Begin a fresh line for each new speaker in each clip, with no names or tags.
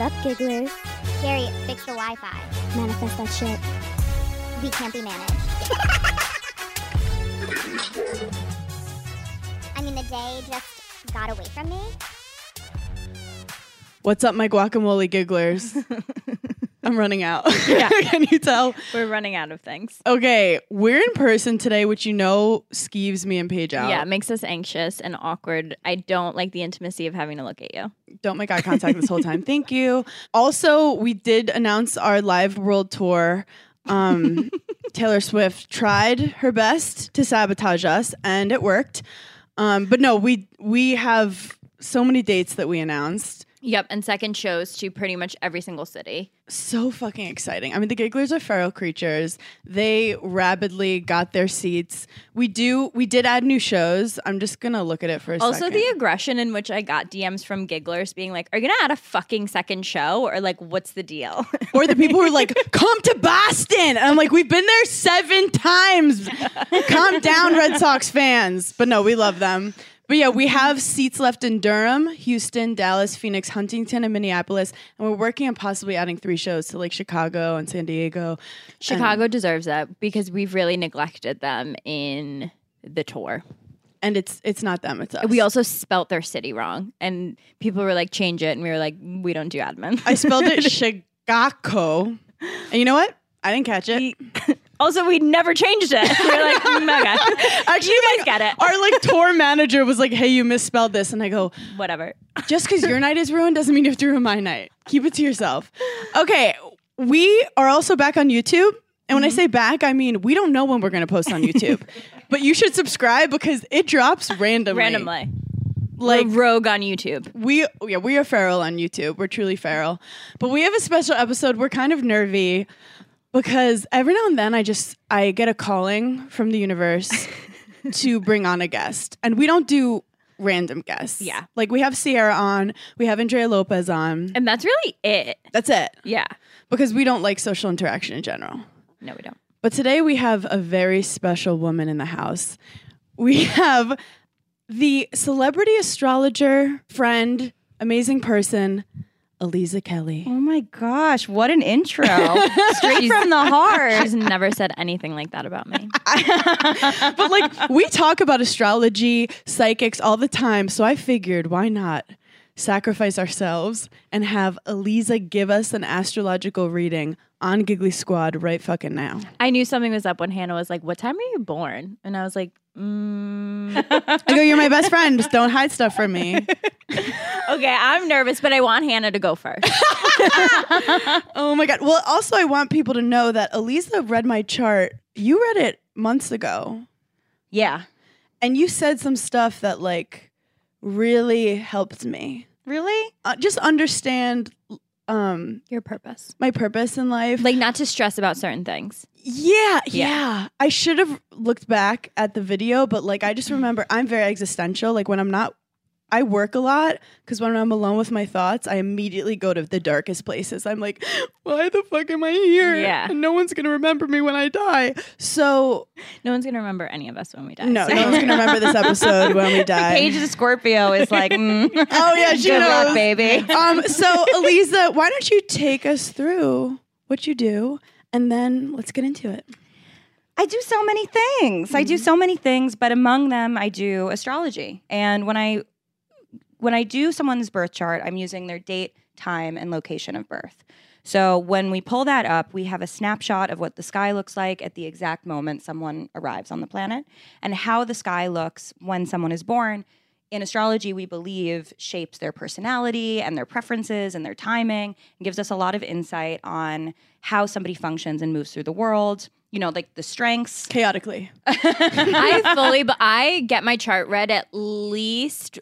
up, gigglers?
Gary, fix the Wi Fi.
Manifest that shit.
We can't be managed. I mean, the day just got away from me.
What's up, my guacamole gigglers? I'm running out. Yeah. Can you tell?
We're running out of things.
Okay, we're in person today, which you know skeeves me and Paige out.
Yeah, it makes us anxious and awkward. I don't like the intimacy of having to look at you.
Don't make eye contact this whole time. Thank you. Also, we did announce our live world tour. Um, Taylor Swift tried her best to sabotage us, and it worked. Um, but no, we we have so many dates that we announced.
Yep, and second shows to pretty much every single city.
so fucking exciting. I mean, the gigglers are feral creatures. They rapidly got their seats. We do. We did add new shows. I'm just gonna look at it for a
Also,
second.
the aggression in which I got DMs from gigglers being like, "Are you gonna add a fucking second show?" or like, "What's the deal?"
or the people who are like, "Come to Boston," and I'm like, "We've been there seven times. Calm down, Red Sox fans." But no, we love them. But yeah, we have seats left in Durham, Houston, Dallas, Phoenix, Huntington, and Minneapolis, and we're working on possibly adding three shows to like Chicago and San Diego.
Chicago deserves that because we've really neglected them in the tour.
And it's it's not them, it's us.
We also spelt their city wrong, and people were like, "Change it," and we were like, "We don't do admin."
I spelled it Chicago. And you know what? I didn't catch it.
also, we never changed it. We We're like, mm, okay.
Actually,
you
like,
guys get it.
Our like tour manager was like, "Hey, you misspelled this," and I go,
Whatever.
"Just because your night is ruined doesn't mean you have to ruin my night. Keep it to yourself." Okay, we are also back on YouTube. And when I say back, I mean we don't know when we're going to post on YouTube, but you should subscribe because it drops randomly.
Randomly,
like
a rogue on YouTube.
we yeah we are feral on YouTube. We're truly feral, but we have a special episode. We're kind of nervy because every now and then I just I get a calling from the universe to bring on a guest, and we don't do random guests.
Yeah.
like we have Sierra on, we have Andrea Lopez on.
And that's really it.
That's it
Yeah.
because we don't like social interaction in general.
No, we don't.
But today we have a very special woman in the house. We have the celebrity astrologer, friend, amazing person, Aliza Kelly.
Oh my gosh, what an intro. Straight
She's-
from the heart.
She's never said anything like that about me.
But like we talk about astrology, psychics all the time, so I figured why not sacrifice ourselves and have Aliza give us an astrological reading on Giggly Squad right fucking now.
I knew something was up when Hannah was like, What time are you born? And I was like, mm,
I go, you're my best friend. Just don't hide stuff from me.
Okay, I'm nervous, but I want Hannah to go first.
Oh my god. Well, also I want people to know that Elisa read my chart. You read it months ago.
yeah.
And you said some stuff that like really helped me.
Really?
Uh, just understand um
Your purpose.
my purpose in life.
Like, not to stress about certain things.
yeah, yeah,
Yeah.
I should have looked back at the video, but like I
Mm-hmm.
just remember I'm very existential. Like when I'm not I work a lot because when I'm alone with my thoughts, I immediately go to the darkest places. I'm like, why the fuck am I here?
Yeah.
And no one's gonna remember me when I die. So
No one's going to remember any of us when we die.
No,
so-
no one's gonna remember this episode when we die.
Paige the Scorpio is like, mm,
oh yeah, she
good
knows.
luck, baby.
Um, so Eliza, why don't you take us through what you do, and then let's get into it.
I do so many things. I do so many things, but among them I do astrology. And when I when I do someone's birth chart, I'm using their date, time, and location of birth. So when we pull that up, we have a snapshot of what the sky looks like at the exact moment someone arrives on the planet and how the sky looks when someone is born. In astrology, we believe shapes their personality and their preferences and their timing and gives us a lot of insight on how somebody functions and moves through the world, you know, like the strengths.
Chaotically,
I fully, but I get my chart read at least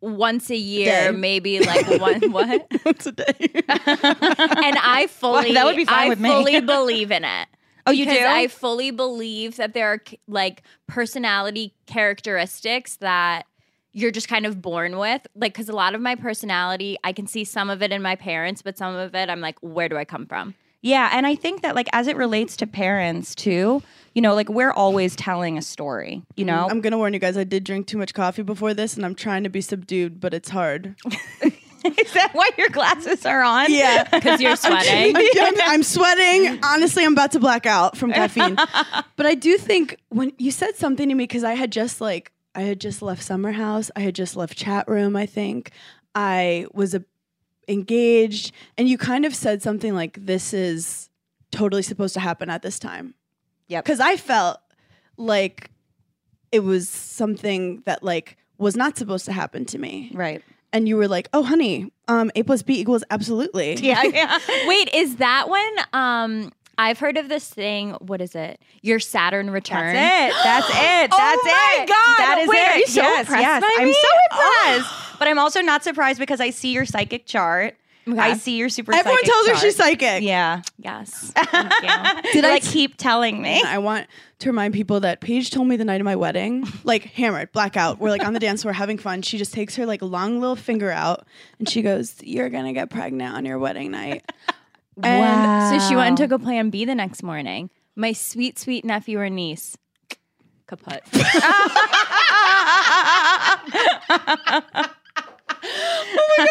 once a year,
Day.
maybe like one, what?
once a day.
and I fully
that would be fine
I
with me.
fully believe in it.
Oh, you
Because
do?
I fully believe that there are c- like personality characteristics that you're just kind of born with. Like, because a lot of my personality, I can see some of it in my parents, but some of it, I'm like, where do I come from?
Yeah, and I think that like as it relates to parents too, you know, like we're always telling a story, you know.
Mm-hmm. I'm gonna warn you guys. I did drink too much coffee before this, and I'm trying to be subdued, but it's hard.
Is that why your glasses are on?
Yeah.
because you're sweating.
I'm, I'm- I'm sweating. Honestly, I'm about to black out from caffeine. but I do think when you said something to me, because I had just like, I had just left Summer House. I had just left Chat Room, I think. I was a, engaged. And you kind of said something like, this is totally supposed to happen at this time.
Yep.
Because I felt like it was something that like was not supposed to happen to me.
Right.
And you were like, oh, honey, um, A plus B equals absolutely.
Yeah. yeah.
Wait, is that when um I've heard of this thing, what is it? Your Saturn return.
That's it. That's it. That's
my
it.
God.
That is
Wait,
it.
are you so
yes,
impressed
yes.
by
I'm
me?
so impressed. But I'm also not surprised because I see your psychic chart.
Okay.
I see your super
Everyone
psychic
tells her
chart.
she's psychic.
Yeah.
Yes. Thank you.
Did
I
like
t-
keep telling me?
I want to remind people that Paige told me the night of my wedding, like hammered, blackout. We're like on the dance floor having fun. She just takes her like long little finger out and she goes, You're gonna get pregnant on your wedding night.
And so she went and
Wow.
took a plan B the next morning. My sweet, sweet nephew or niece. Kaput.
but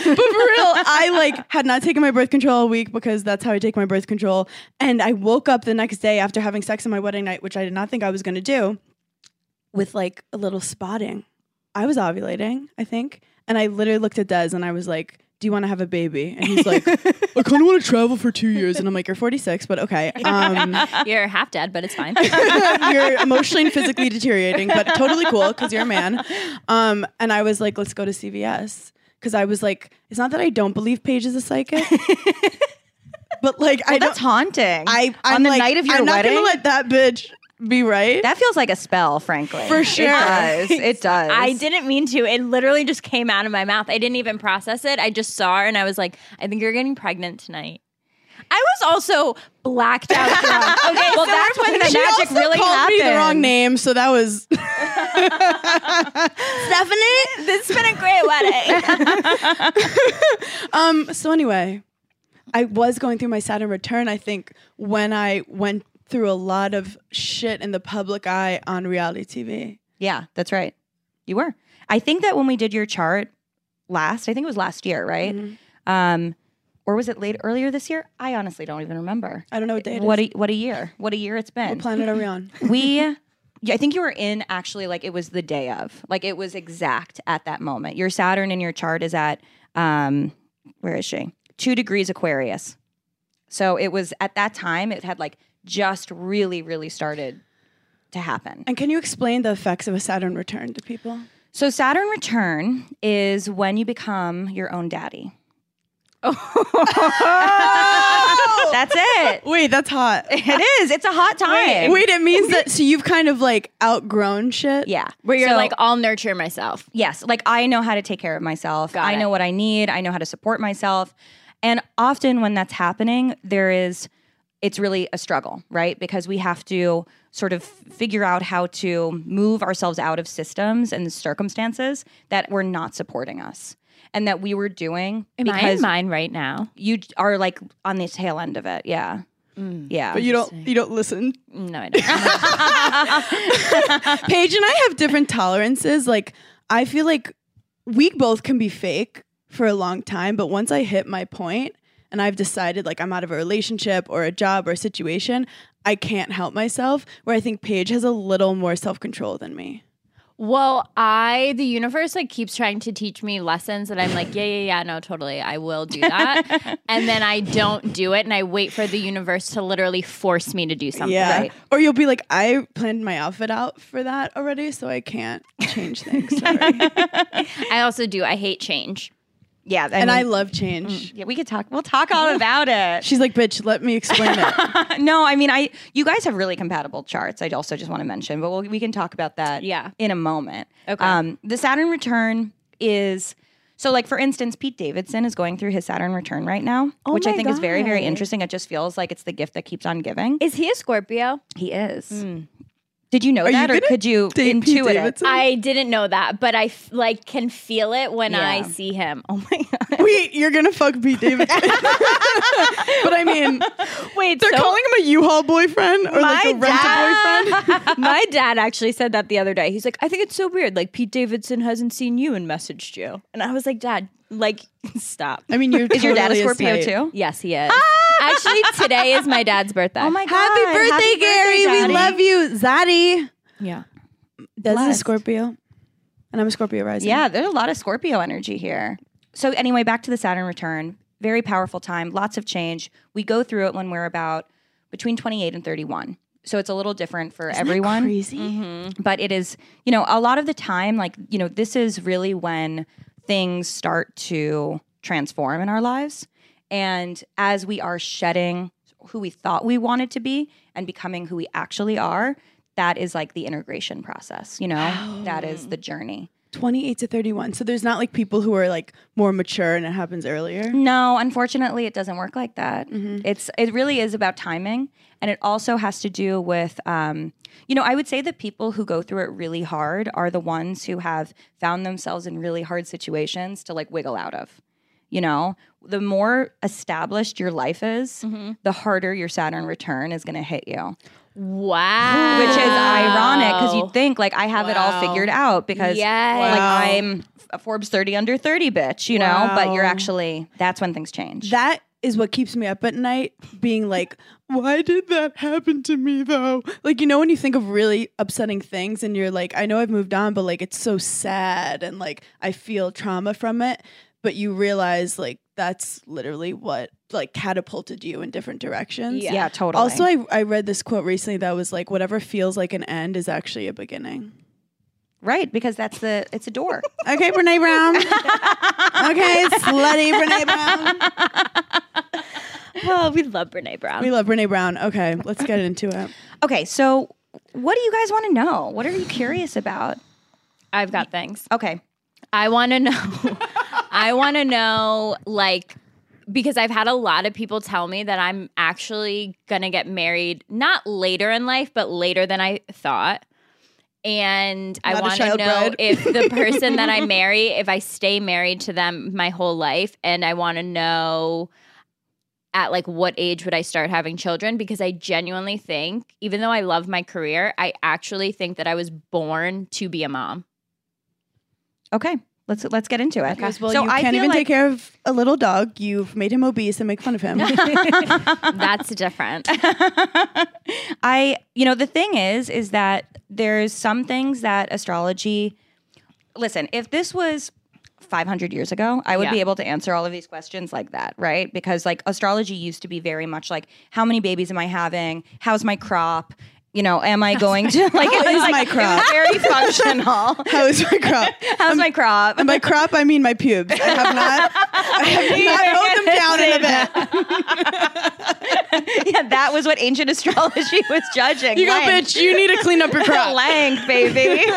for real, I like had not taken my birth control all week because that's how I take my birth control. And I woke up the next day after having sex on my wedding night, which I did not think I was gonna do, with like a little spotting. I was ovulating, I think. And I literally looked at Des and I was like, Do you wanna have a baby? And he's like, I kinda wanna travel for two years. And I'm like, You're 46, but okay. Um,
You're half dead, but it's fine.
you're emotionally and physically deteriorating, but totally cool because you're a man. Um, and I was like, let's go to CVS because I was like, it's not that I don't believe Paige is a psychic, but like I
Well,
don't.
that's haunting.
I I'm
on the
like,
night of your
I'm
wedding.
not gonna let that bitch be right.
that feels like a spell, frankly.
For sure.
It does. It does.
I didn't mean to. It literally just came out of my mouth. I didn't even process it. I just saw her and I was like, I think you're getting pregnant tonight. I was also blacked out drunk. Okay, well that's when the
she
magic
also
really
called me the wrong
happened.
name, so that was
Stephanie, this has been a great wedding.
Um, so anyway, I was going through my Saturn return, I think, when I went through a lot of shit in the public eye on reality TV.
Yeah, that's right. You were. I think that when we did your chart last, I think it was last year, right?
Mm-hmm.
Um, or was it late earlier this year? I honestly don't even remember.
I don't know what day it is.
What a, what a year. What a year it's been.
What planet are we on?
we yeah, I think you were in actually like it was the day of. Like it was exact at that moment. Your Saturn in your chart is at um where is she? 2 degrees Aquarius. So it was at that time it had like just really really started to happen.
And can you explain the effects of a Saturn return to people?
So Saturn return is when you become your own daddy. That's it.
Wait, that's hot.
It is. It's a hot time.
Wait, it means that so you've kind of like outgrown shit.
Yeah.
Where you're
So-
like, I'll nurture myself.
yes, like I know how to take care of myself.
Got
I
it.
know what I need. I know how to support myself. And often when that's happening, there is it's really a struggle, right? Because we have to sort of figure out how to move ourselves out of systems and circumstances that were not supporting us and that we were doing
Am I in
because
mine right now?
you d- are like on the tail end of it. Yeah. Yeah.
But you don't you don't listen.
No, I don't.
Paige and I have different tolerances. Like I feel like we both can be fake for a long time, but once I hit my point and I've decided like I'm out of a relationship or a job or a situation, I can't help myself. Where I think Paige has a little more self control than me.
well, I the universe like keeps trying to teach me lessons that I'm like, yeah, yeah, yeah, no, totally, I will do that, and then I don't do it, and I wait for the universe to literally force me to do something.
Yeah.
Right.
Or you'll be like, I planned my outfit out for that already, so I can't change things. Sorry.
I also do. I hate change.
yeah.
and I
mean,
love change.
yeah, we could talk. We'll talk all about it.
She's like, bitch, let me explain it.
no, I mean, I you guys have really compatible charts. I also just want to mention, but we'll, we can talk about that
Yeah.
in a moment.
Okay.
Um, the Saturn return is so like for instance, Pete Davidson is going through his Saturn return right now,
Oh
which I
my
think is very very
God.
interesting. It just feels like it's the gift that keeps on giving.
Is he a Scorpio?
He is. Hmm. Did you know
Are you
that, or
gonna
could you
Dave P.
intuit it?
Davidson?
I didn't know that, but I f- like can feel it when I
Yeah.
see him. Oh my god!
Wait, you're gonna fuck Pete Davidson. but I mean,
Wait,
they're
so
calling him a U-Haul boyfriend or like a rental boyfriend.
dad, my dad actually said that the other day. He's like, I think it's so weird. Like Pete Davidson hasn't seen you and messaged you, and I was like, Dad, like stop.
I mean, you're
Is your dad a
totally his
Scorpio
type.
too?
Yes, he is. Actually, today is my dad's birthday.
Oh my god!
Happy birthday, Gary. we love you, Zaddy.
Yeah.
That's a
Blessed.
Scorpio, and I'm a Scorpio rising.
Yeah, there's a lot of Scorpio energy here. So anyway, back to the Saturn return. Very powerful time, lots of change. We go through it when we're about between 28 and 31. So it's a little different for everyone. Mm-hmm.
crazy.
but it is you know a lot of the time like you know this is really when things start to transform in our lives and as we are shedding who we thought we wanted to be and becoming who we actually are that is like the integration process you know that is the journey
28 to 31. So there's not like people who are like more mature and it happens earlier. Mm-hmm.
no unfortunately it doesn't work like that it's it really is about timing and it also has to do with um, you know i would say that people who go through it really hard are the ones who have found themselves in really hard situations to like wiggle out of you know the more established your life is the harder your saturn return is going to hit you
Wow.
which is ironic because you think like I have it all figured out because
Yes.
like
Wow.
I'm a Forbes 30 under 30 bitch, you know, but you're actually that's when things change.
That is what keeps me up at night being like, why did that happen to me though? Like, you know, when you think of really upsetting things and you're like, I know I've moved on, but like it's so sad and like I feel trauma from it. But you realize like that's literally what like catapulted you in different directions.
yeah.
Yeah.
totally.
Also, I, I read this quote recently that was like, whatever feels like an end is actually a beginning.
right because that's the it's a door.
Okay, Brene Brown. okay, slutty Brene Brown.
Well, oh, we love Brene Brown.
We love Brene Brown. Okay, let's get into it.
okay, so what do you guys want to know? What are you curious about?
I've got things.
Okay.
I want to know. I want to know, like, because I've had a lot of people tell me that I'm actually going to get married not later in life, but later than I thought. And I
Not a
want to know
child bride.
if the person that I marry, if I stay married to them my whole life. And I want to know at like what age would I start having children because I genuinely think even though I love my career I actually think that I was born to be a mom.
Okay. Let's let's get into it.
Because, well,
so
you
I
can't
feel
even
like
take care of a little dog. You've made him obese and make fun of him.
That's different.
I, you know, the thing is, is that there's some things that astrology. Listen, if this was 500 years ago, I would
Yeah.
be able to answer all of these questions like that, right? Because like astrology used to be very much like, how many babies am I having? How's my crop? You know, am I going to like? it
is
was, like,
my
it was
crop?
Very functional.
How is my crop?
How's my crop?
And by crop, I mean my pubes. I have not, I have not mowed them down in a bit.
yeah, that was what ancient astrology was judging.
You go,
Length.
bitch. You need to clean up your crop.
Length, baby.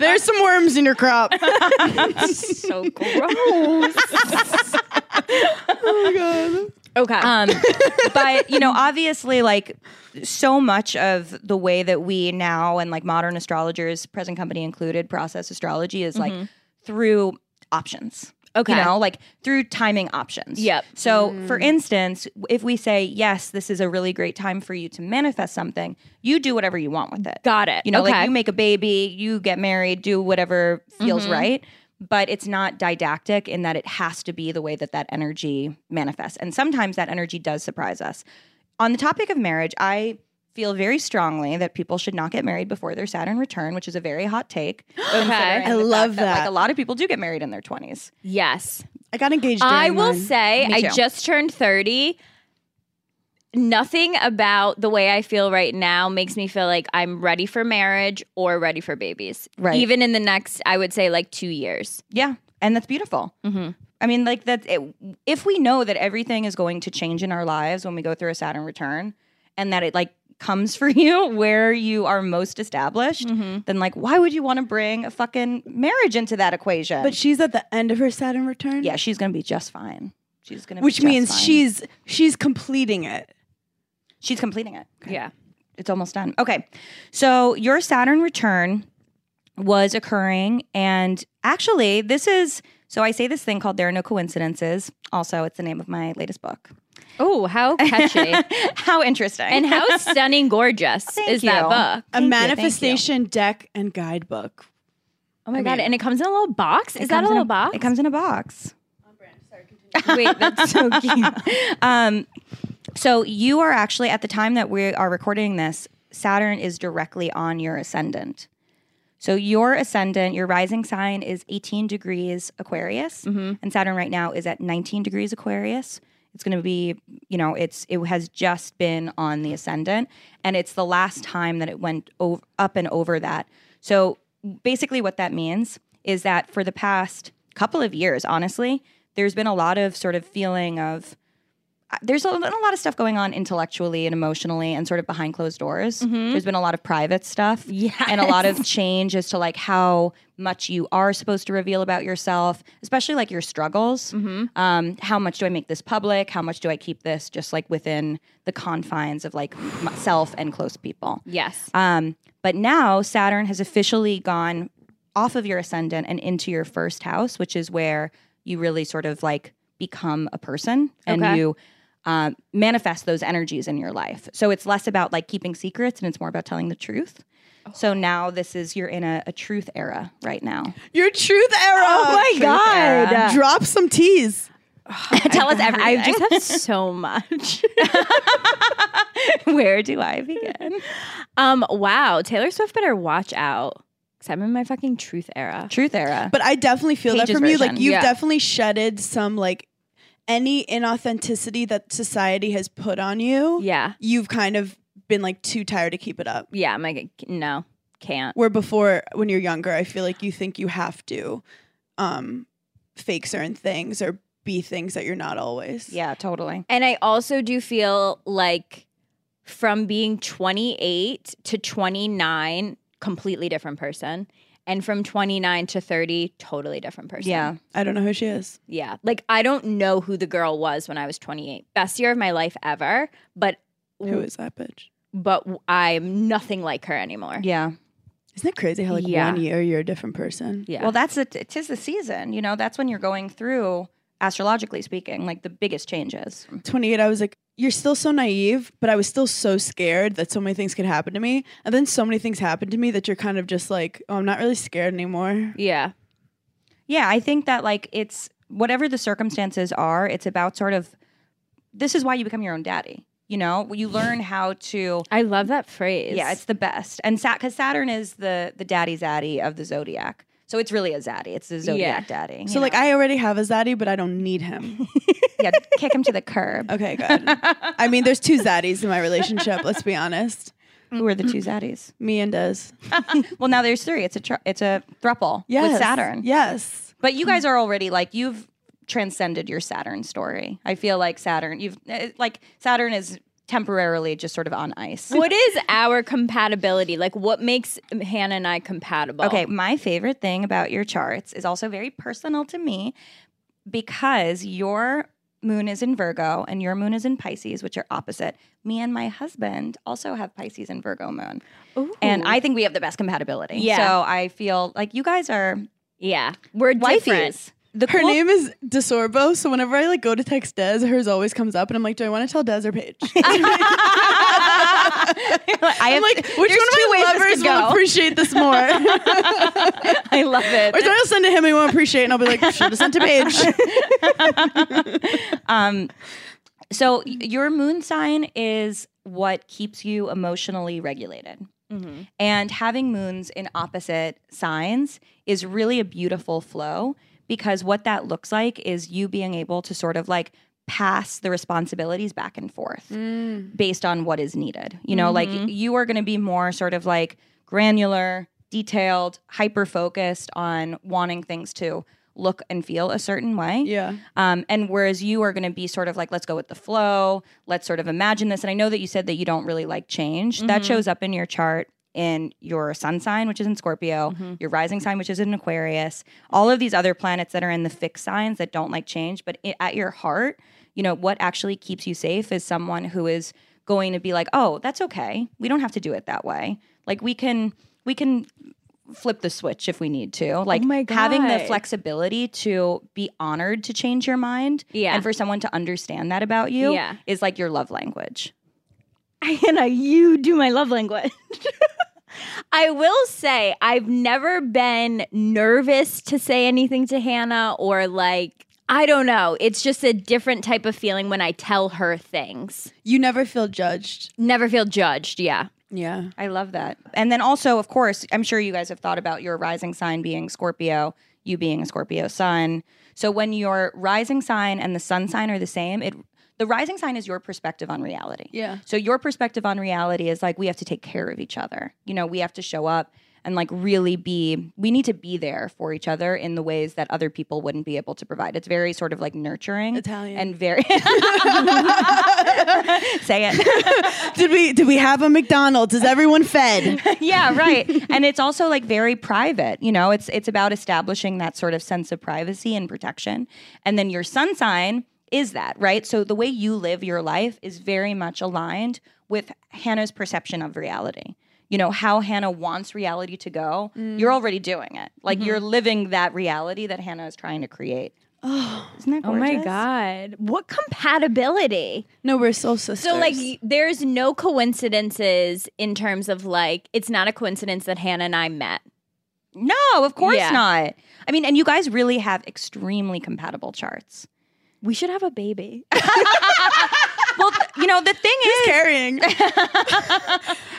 There's some worms in your crop. oh
so gross.
my god.
Okay.
Um, but you know, obviously, like so much of the way that we now and like modern astrologers, present company included, process astrology is like through options.
Mm-hmm. Okay.
You know, like through timing options.
Yep.
So, for instance, if we say, yes, this is a really great time for you to manifest something, you do whatever you want with it.
Got it.
You know,
Okay.
like you make a baby, you get married, do whatever feels right. But it's not didactic in that it has to be the way that that energy manifests. And sometimes that energy does surprise us. On the topic of marriage, I feel very strongly that people should not get married before their Saturn return, which is a very hot take.
I
considering the fact
love
Like
that.
a lot of people do get married in their 20s.
yes.
I got engaged.
I
during
will
mine.
say
Me
I
too.
just turned 30. Nothing about the way I feel right now makes me feel like I'm ready for marriage or ready for babies.
Right.
Even in the next, I would say like two years.
Yeah. And that's beautiful.
Mm-hmm.
I mean, like that. It, if we know that everything is going to change in our lives when we go through a Saturn return, and that it like comes for you where you are most
Mm.
established,
Mm-hmm.
then like, why would you want to bring a fucking marriage into that equation?
But she's at the end of her Saturn return.
yeah, she's gonna be just fine. She's gonna, be
Which
just
means
fine.
she's she's completing it.
she's completing it.
Yeah.
it's almost done. Okay. So your Saturn return was occurring and actually this is so I say this thing called there are no coincidences. Also, it's the name of my latest book.
Oh, how catchy.
How interesting.
and how stunning gorgeous
Thank
is that
you.
book?
a
you, thank you.
manifestation deck and guidebook.
Oh my god, and it comes in a little box. Is that a little box?
It comes in a box.
Wait, that's so cute.
Um, so you are actually at the time that we are recording this, Saturn is directly on your ascendant. So your ascendant, your rising sign is 18 degrees Aquarius, and Saturn right now is at 19 degrees Aquarius. It's going to be, you know, it's it has just been on the ascendant, and it's the last time that it went over, up and over that. So basically, what that means is that for the past couple of years, honestly, there's been a lot of sort of feeling of there's a, been a lot of stuff going on intellectually and emotionally and sort of behind closed doors. There's been a lot of private stuff and a lot of change as to like how much you are supposed to reveal about yourself, especially like your struggles. Um, how much do I make this public? How much do I keep this just like within the confines of like myself and close people?
Yes.
Um, but now Saturn has officially gone off of your ascendant and into your first house, which is where you really sort of like become a person and
Okay.
you um, manifest those energies in your life. So it's less about like keeping secrets and it's more about telling the truth.
Oh.
So now this is you're in a, a truth era right now.
Your truth era.
Oh my Truth God. era.
Drop some teas.
Tell us everything.
I just have so much.
Where do I begin?
Um, wow, Taylor Swift better watch out. Cause I'm in my fucking truth era.
truth era.
But I definitely feel that
Pages
from you. Like
version,
you've
yeah.
definitely shedded some like any inauthenticity that society has put on you.
Yeah.
You've kind of been like too tired to keep it up.
Yeah, my g- no, can't.
Where before when you're younger, I feel like you think you have to um fake certain things or be things that you're not always.
yeah, totally.
And I also do feel like from being 28 to 29, completely different person. And from 29 to 30, totally different person.
Yeah.
I don't know who she is.
Yeah. Like I don't know who the girl was when I was 28. Best year of my life ever, but
Who is that bitch?
but w- I'm nothing like her anymore.
Yeah.
Isn't it crazy how like
Yeah.
one year you're a different person?
Yeah.
Well, that's it. It is the season. You know, that's when you're going through, astrologically speaking, like the biggest changes.
28, I was like, you're still so naive, but I was still so scared that so many things could happen to me. And then so many things happened to me that you're kind of just like, oh, I'm not really scared anymore.
yeah.
Yeah, I think that like it's whatever the circumstances are, it's about sort of this is why you become your own daddy. You know, you learn how to.
I love that phrase.
Yeah, it's the best. And because Saturn is the the daddy zaddy of the zodiac, so it's really a zaddy. It's the zodiac daddy. you
So, like,
know?
I already have a zaddy, but I don't need him.
yeah, kick him to the curb.
Okay, good. I mean, there's two zaddies in my relationship, let's be honest.
Who are the two zaddies?
Me and Des.
Well, now there's three. It's a tr- it's a thruple
Yes.
with Saturn.
Yes.
But you guys are already like you've transcended your Saturn story. I feel like Saturn, you've eh, like Saturn is temporarily just sort of on ice.
what is our compatibility? Like what makes Hannah and I compatible?
Okay, my favorite thing about your charts is also very personal to me because your moon is in Virgo and your moon is in Pisces, which are opposite. Me and my husband also have Pisces and Virgo moon. And I think we have the best compatibility.
Yeah.
So I feel like you guys are
Yeah. We're different.
wifeys. The
Her
cool
name is DeSorbo. So, whenever I like go to text Des, hers always comes up. And I'm like, do I want to tell Des or Paige?
I
I'm
have
like, which one
there's two
of
ways
my lovers
this could
will
go.
appreciate this more?
I love
Or
it.
then I'll send to him and he won't appreciate it. And I'll be like, should have sent to Paige.
Um, so y- your moon sign is what keeps you emotionally regulated.
Mm-hmm.
And having moons in opposite signs is really a beautiful flow because what that looks like is you being able to sort of like pass the responsibilities back and forth
Mm.
based on what is needed. You know, like you are going to be more sort of like granular, detailed, hyper focused on wanting things to look and feel a certain way.
Yeah.
Um, and whereas you are going to be sort of like, let's go with the flow, let's sort of imagine this. And I know that you said that you don't really like change.
Mm-hmm.
That shows up in your chart in your sun sign, which is in Scorpio,
Mm-hmm.
your rising sign, which is in Aquarius, all of these other planets that are in the fixed signs that don't like change. But i at your heart, you know, what actually keeps you safe is someone who is going to be like, "Oh, that's okay. We don't have to do it that way. Like we can we can flip the switch if we need to." Like
Oh my
having the
God.
flexibility to be honored to change your mind
Yeah.
and for someone to understand that about you
Yeah.
is like your love language.
Hannah, you do my love language. I will say I've never been nervous to say anything to Hannah or like I don't know. It's just a different type of feeling when I tell her things.
You never feel judged.
Never feel judged, yeah.
Yeah.
I love that. And then also, of course, I'm sure you guys have thought about your rising sign being Scorpio, you being a Scorpio sun. So when your rising sign and the sun sign are the same, it the rising sign is your perspective on reality.
Yeah.
So your perspective on reality is like we have to take care of each other. You know, we have to show up and like really be we need to be there for each other in the ways that other people wouldn't be able to provide. It's very sort of like nurturing
Italian.
and very Say it.
Did we did we have a McDonald's? Is everyone fed?
yeah, right. and it's also like very private. You know, it's it's about establishing that sort of sense of privacy and protection. And then your sun sign is that, right? So the way you live your life is very much aligned with Hannah's perception of reality. You know, how Hannah wants reality to go, you're already doing it. Like you're living that reality that Hannah is trying to create. Oh, isn't that gorgeous?
god. What compatibility?
No, we're soul sisters.
So like y- there's no coincidences in terms of like it's not a coincidence that Hannah and I met.
No, of course
Yeah.
not. I mean, and you guys really have extremely compatible charts.
We should have a baby.
Well, th- you know, the thing is,
carrying.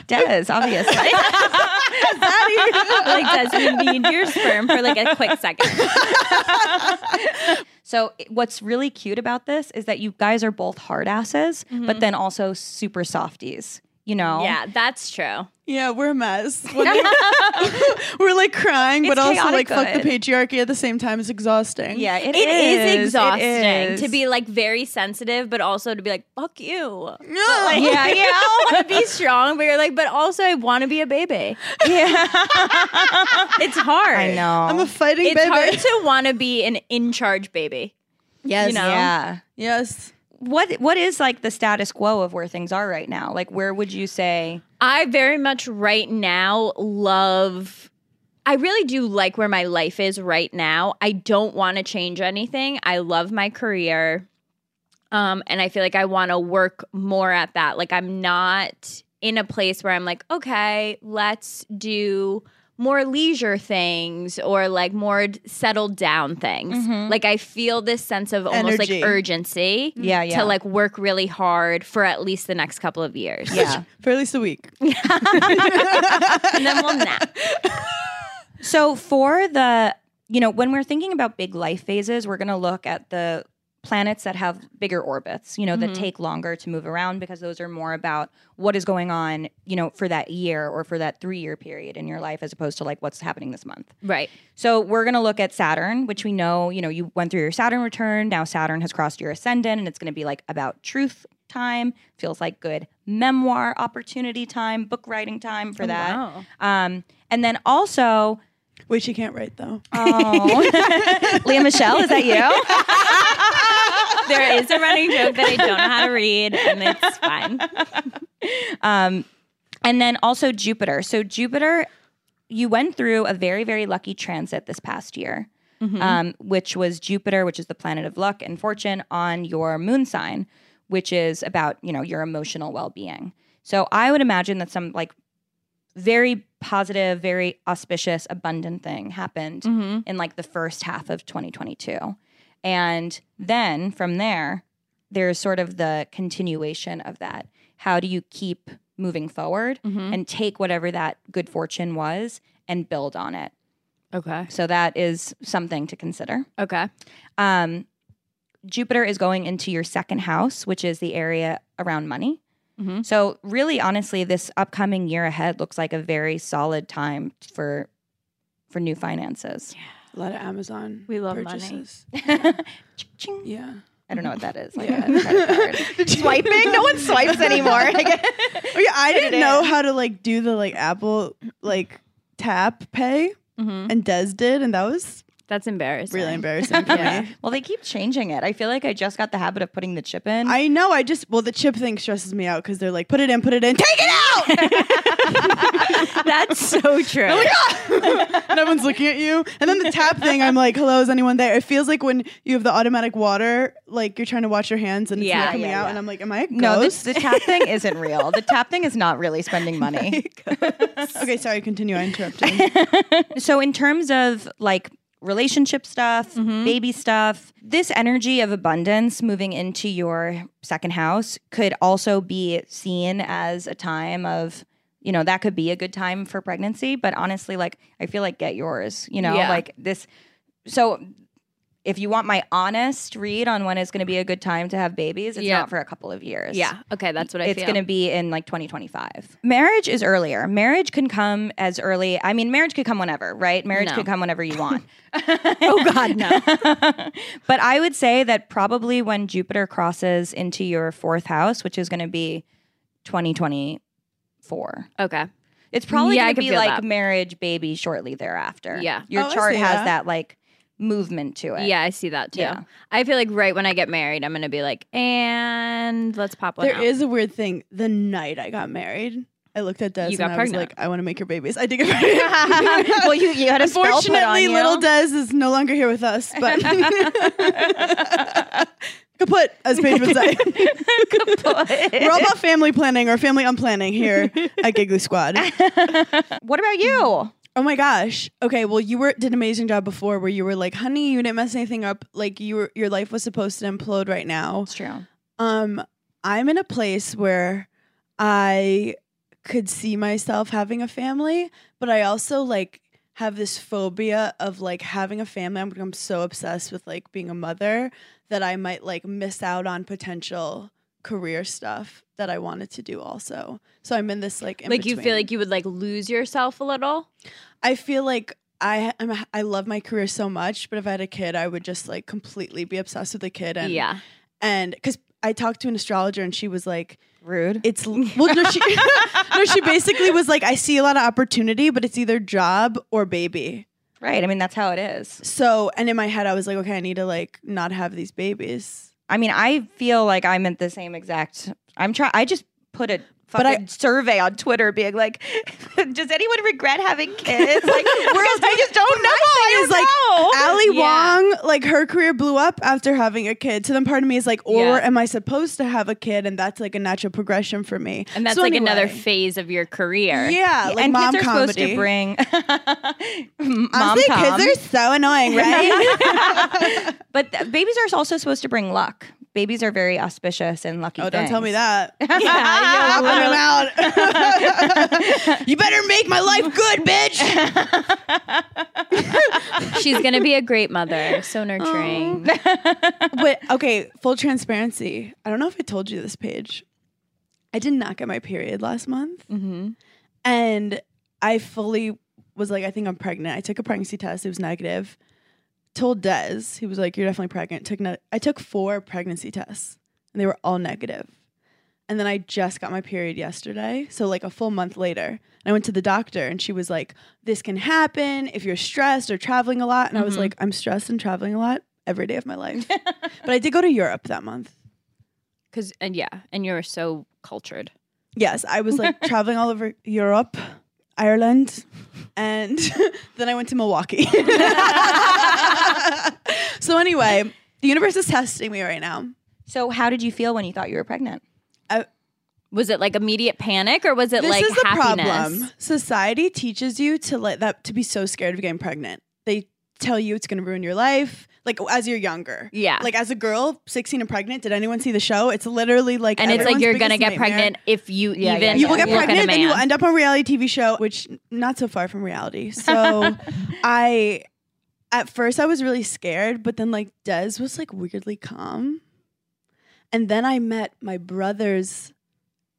Des, obviously.
like does we need your sperm for like a quick second.
so i- what's really cute about this is that you guys are both hard asses, but then also super softies. You
Mm-hmm.
know,
Yeah, that's true.
yeah, we're a mess. When we- we're like crying, but
It's
also like
chaotic
fuck the
good.
patriarchy at the same time is exhausting.
yeah,
it
it
is,
it
exhausting
is.
to be like very sensitive, but also to be like, fuck you.
No.
Like, yeah, yeah. I want Oh, to be strong, but you're like, but also I want to be a baby.
Yeah,
It's hard.
I know.
I'm a fighting
It's
baby.
hard to want to be an in charge baby.
yes,
you know.
yeah.
yes.
What what is like the status quo of where things are right now? Like, where would you say?
I very much right now love. I really do like where my life is right now. I don't want to change anything. I love my career. Um, and I feel like I want to work more at that. Like, I'm not in a place where I'm like, okay, let's do more leisure things or like more d- settled down things.
Mhm.
Like, I feel this sense of almost
Energy.
like urgency
Yeah, yeah.
Mm. to like work really hard for at least the next couple of years.
yeah.
For at least a week.
and then we'll nap.
So for the, you know, when we're thinking about big life phases, we're going to look at the planets that have bigger orbits, you know, that take longer to move around because those are more about what is going on, you know, for that year or for that 3-year period in your life as opposed to like what's happening this month.
Right.
So we're going to look at Saturn, which we know, you know, you went through your Saturn return. Now Saturn has crossed your ascendant, and it's going to be like about truth time. Feels like good memoir opportunity time, book writing time
Oh,
for that. Um, and then also,
Wait, she can't write though.
oh, Leah Michelle, is that you?
There is a running joke that I don't know how to read, and it's fine.
Um, and then also Jupiter. So Jupiter, you went through a very very lucky transit this past year. um, which was Jupiter, which is the planet of luck and fortune, on your moon sign, which is about you know your emotional well being. So I would imagine that some like very positive, very auspicious, abundant thing happened in like the first half of 2022, and then from there, there's sort of the continuation of that. How do you keep moving forward
Mm-hmm.
and take whatever that good fortune was and build on it?
Okay.
So that is something to consider.
Okay.
Um, Jupiter is going into your second house, which is the area around money.
Mhm.
So, really, honestly, this upcoming year ahead looks like a very solid time for for new finances.
A lot of Amazon.
We love money.
purchases.
Ching.
Yeah.
I don't know what that is. Like
Yeah.
a credit card.
Swiping? No one swipes anymore. Oh, yeah, I didn't
it
know how to like do the like Apple like tap pay,
Mhm.
Mm-hmm.
and Des did, and that was
That's embarrassing.
Really embarrassing for me.
Well, they keep changing it. I feel like I just got the habit of putting the chip in.
I know. I just well, the chip thing stresses me out because they're like, put it in, put it in, take it out.
That's so
Oh
true.
and everyone's looking at you. And then the tap thing, I'm like, hello, is anyone there? It feels like when you have the automatic water, like you're trying to wash your hands and it's
Yeah,
not coming
yeah,
out,
yeah.
and I'm like, am I a ghost?
no, this, the tap thing isn't real. The tap thing is not really spending money.
okay, sorry, continue. I interrupted.
so in terms of like relationship stuff,
Mm-hmm.
baby stuff, this energy of abundance moving into your second house could also be seen as a time of you know that could be a good time for pregnancy, but honestly like I feel like get yours, you know,
Yeah.
like this so if you want my honest read on when it's going to be a good time to have babies, it's
Yeah.
not for a couple of years
Yeah. Okay. That's what I
it's
feel.
going to be in like 2025. Marriage is earlier. Marriage can come as early. I mean, marriage could come whenever, right? Marriage
No.
could come whenever you want.
Oh God, no.
but I would say that probably when Jupiter crosses into your fourth house, which is going to be 2024,
okay.
it's probably
Yeah, I can
going to be
feel
like
that.
marriage, baby shortly thereafter.
Yeah.
Your
Oh, I
chart
see
has
that.
that like movement to it.
Yeah, I see that too.
Yeah.
I feel like right when I get married, I'm going to be like, and let's pop one.
there
out.
is a weird thing. The night I got married, I looked at Des
You
and
got
I was
pregnant.
like, I want to make your babies. I did get pregnant.
well, you, you had a spell put on
Unfortunately,
you.
little Des is no longer here with us, but kaput, as Paige would say. We're all about family planning or family unplanning here at Giggly Squad.
What about you?
Oh my gosh. Okay, well you were did an amazing job before where you were like, honey, you didn't mess anything up. Like you were your life was supposed to implode right now.
It's true.
Um, I'm in a place where I could see myself having a family, but I also like have this phobia of like having a family. I'm become so obsessed with like being a mother that I might like miss out on potential career stuff that I wanted to do also. So I'm in this like in
like you feel
between.
like you would like lose yourself a little.
I feel like I I'm, I love my career so much, but if I had a kid, I would just like completely be obsessed with the kid and
yeah.
and because I talked to an astrologer and she was like,
Rude.
it's l- well no she no she basically was like, I see a lot of opportunity, but it's either job or baby.
Right. I mean, that's how it is.
So and in my head, I was like, okay, I need to like not have these babies.
I mean, I feel like I'm at the same exact. I'm trying. I just put a
But I-
fucking survey on Twitter, being like, "Does anyone regret having kids?" Like, because I just don't know. I
It's like
don't know.
Ali
Yeah.
Wong, like her career blew up after having a kid. So then part of me is like, or
Yeah.
am I supposed to have a kid? And that's like a natural progression for me.
And that's
So
like another
anyway.
phase of your career.
Yeah, like
and
mom
kids are
comedy.
supposed to bring mom
Honestly, kids
com.
are so annoying, right?
but th- babies are also supposed to bring luck. Babies are very auspicious and lucky.
oh, don't tell me
things.
that.
Yeah,
I'll let him out. you better make my life good, bitch.
She's going to be a great mother. So nurturing.
but okay, full transparency. I don't know if I told you this, Paige. I did not get my period last month,
hmm
and I fully was like, I think I'm pregnant. I took a pregnancy test; it was negative. Told Des, he was like, "You're definitely pregnant." Took ne- I took four pregnancy tests, and they were all negative. And then I just got my period yesterday, so like a full month later. And I went to the doctor, and she was like, "This can happen if you're stressed or traveling a lot." And I was
Mhm.
like, "I'm stressed and traveling a lot every day of my life." but I did go to Europe that month.
Cause and yeah, and you're so cultured.
Yes, I was like traveling all over Europe, Ireland, and then I went to Milwaukee. so anyway, the universe is testing me right now.
So, how did you feel when you thought you were pregnant?
Was it like immediate panic or was it
This
like
is the
happiness?
problem. Society teaches you to let that to be so scared of getting pregnant. They tell you it's going to ruin your life, like as you're younger.
Yeah.
Like as a girl, 16 and pregnant, did anyone see the show? It's literally like
and it's like
everyone's
you're gonna
biggest
get
nightmare.
pregnant if you
Yeah,
even
yeah,
you will get
look at a
pregnant and you will
man.
end up on a reality TV show, which n- not so far from reality. So I at first I was really scared, but then like Des was like weirdly calm. And then I met my brother's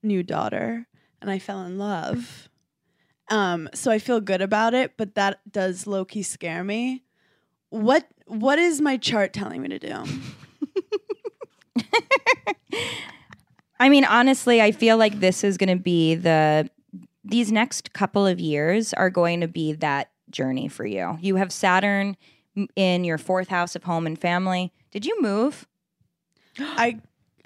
new daughter and I fell in love. Um, so I feel good about it, but that does low key scare me. What what is my chart telling me to do?
I mean, honestly, I feel like this is going to be the these next couple of years are going to be that journey for you. You have Saturn m- in your fourth house of home and family. Did you move?
I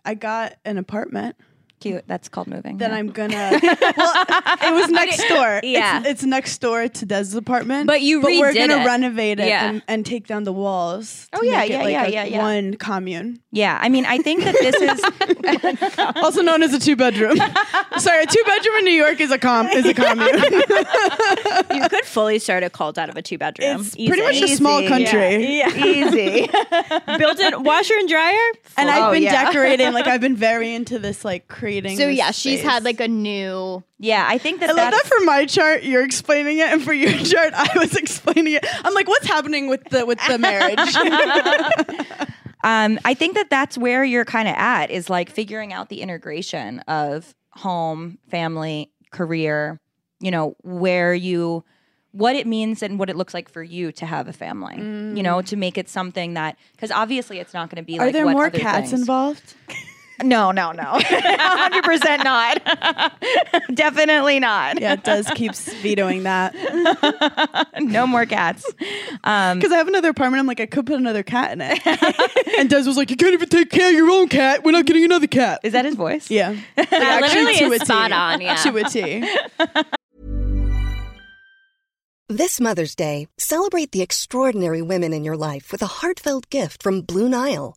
I got an apartment.
Cute. That's called moving.
Then
yeah.
I'm gonna. well, it was next door. It's-
Yeah.
it's, next door to Des's apartment.
But you
we're
redid
gonna
it.
renovate it
Yeah.
and, and take down the walls. to
Oh, yeah,
make it
yeah,
like
yeah,
a
yeah, yeah.
One commune,
Yeah, I mean, I think that this is
also known as a two bedroom. Sorry, a two bedroom in New York is a com is a commune.
you could fully start a cult out of a two bedroom.
It's pretty much a small country.
easy.
Built in washer and dryer.
And
Oh,
I've been
yeah.
decorating. Like I've been very into this, like creating.
So
this
yeah, she's
space.
had like a new.
Yeah, I think that
I love
that's
that for my chart, you're explaining it, and for your chart, I was explaining it. I'm like, what's happening with the with the marriage?
um, I think that that's where you're kind of at is like figuring out the integration of home, family, career, you know, where you what it means and what it looks like for you to have a family, you know, to make it something that because obviously it's not going to be
Are
like
there
what
more
other
cats
things-
involved?
No, no, no. 100% not. Definitely not.
Yeah, it does keeps vetoing that.
No more cats. Um,
Because I have another apartment, I'm like, I could put another cat in it. and Des was like, You can't even take care of your own cat. We're not getting another cat.
is that his voice?
Yeah. Like, actually,
literally
to
is
a
spot
T.
on, yeah.
To a T.
This Mother's Day, celebrate the extraordinary women in your life with a heartfelt gift from Blue Nile.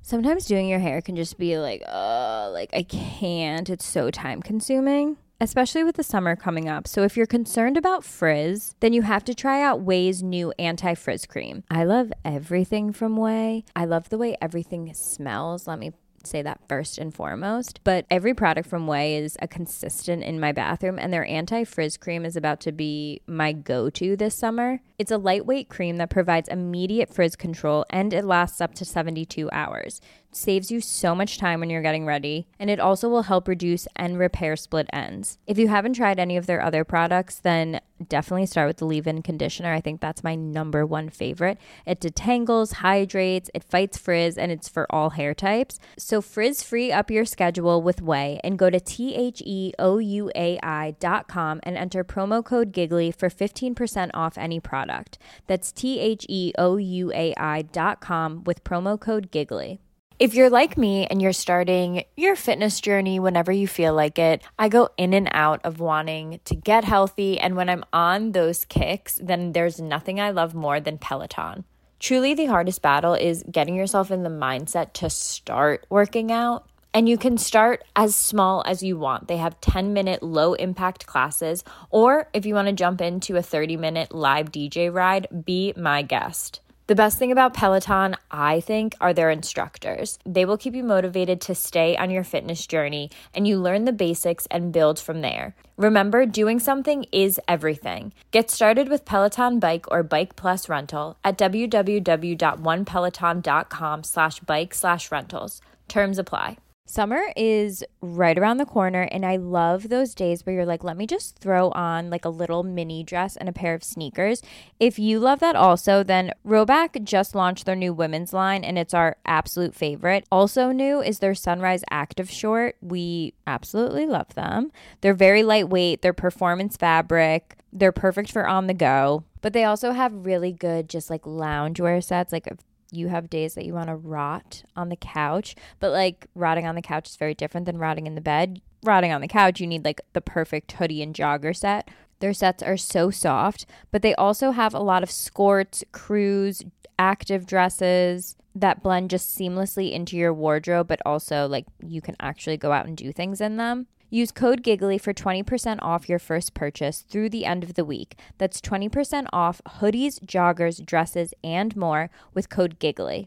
Sometimes doing your hair can just be like, oh, like I can't. It's so time consuming, especially with the summer coming up. So if you're concerned about frizz, then you have to try out Way's new anti frizz cream. I love everything from Way. I love the way everything smells. Let me say that first and foremost. But every product from Way is a consistent in my bathroom, and their anti frizz cream is about to be my go to this summer. It's a lightweight cream that provides immediate frizz control and it lasts up to 72 hours. It saves you so much time when you're getting ready, and it also will help reduce and repair split ends. If you haven't tried any of their other products, then definitely start with the leave in conditioner. I think that's my number one favorite. It detangles, hydrates, it fights frizz, and it's for all hair types. So frizz free up your schedule with Way and go to T H E O U A I dot com and enter promo code Giggly for 15% off any product. That's T H E O U A I dot com with promo code Giggly. If you're like me and you're starting your fitness journey whenever you feel like it, I go in and out of wanting to get healthy. And when I'm on those kicks, then there's nothing I love more than Peloton. Truly, the hardest battle is getting yourself in the mindset to start working out. And you can start as small as you want. They have 10 minute low impact classes, or if you want to jump into a 30 minute live DJ ride, be my guest. The best thing about Peloton, I think, are their instructors. They will keep you motivated to stay on your fitness journey and you learn the basics and build from there. Remember, doing something is everything. Get started with Peloton Bike or Bike Plus Rental at www.onepeloton.com slash bike slash rentals. Terms apply. Summer is right around the corner, and I love those days where you're like, let me just throw on like a little mini dress and a pair of sneakers. If you love that also, then Roback just launched their new women's line, and it's our absolute favorite. Also, new is their Sunrise Active Short. We absolutely love them. They're very lightweight, they're performance fabric, they're perfect for on the go, but they also have really good, just like loungewear sets, like if you have days that you want to rot on the couch, but like rotting on the couch is very different than rotting in the bed. Rotting on the couch, you need like the perfect hoodie and jogger set. Their sets are so soft, but they also have a lot of skirts, crews, active dresses that blend just seamlessly into your wardrobe, but also like you can actually go out and do things in them. Use code GIGGLY for 20% off your first purchase through the end of the week. That's 20% off hoodies, joggers, dresses, and more with code GIGGLY.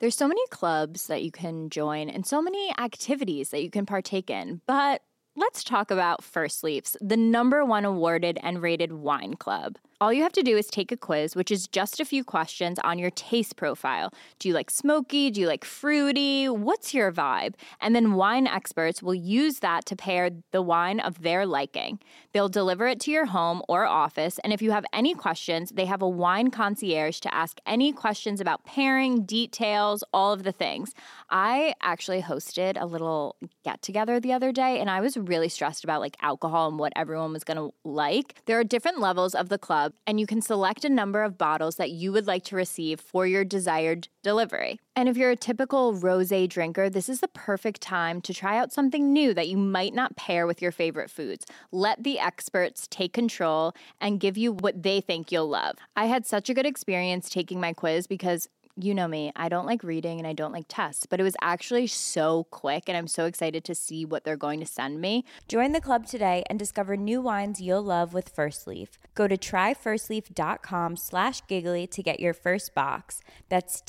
There's so many clubs that you can join and so many activities that you can partake in, but let's talk about First Leaps, the number one awarded and rated wine club.
All you have to do is take a quiz, which is just a few questions on your taste profile. Do you like smoky? Do you like fruity? What's your vibe? And then wine experts will use that to pair the wine of their liking. They'll deliver it to your home or office. And if you have any questions, they have a wine concierge to ask any questions about pairing, details, all of the things. I actually hosted a little get together the other day and I was really stressed about like alcohol and what everyone was going to like. There are different levels of the club, and you can select a number of bottles that you would like to receive for your desired delivery. And if you're a typical rose drinker, this is the perfect time to try out something new that you might not pair with your favorite foods. Let the experts take control and give you what they think you'll love. I had such a good experience taking my quiz because you know me, I don't like reading and I don't like tests, but it was actually so quick and I'm so excited to see what they're going to send me.
Join the club today and discover new wines you'll love with First Leaf. Go to tryfirstleaf.com slash giggly to get your first box. That's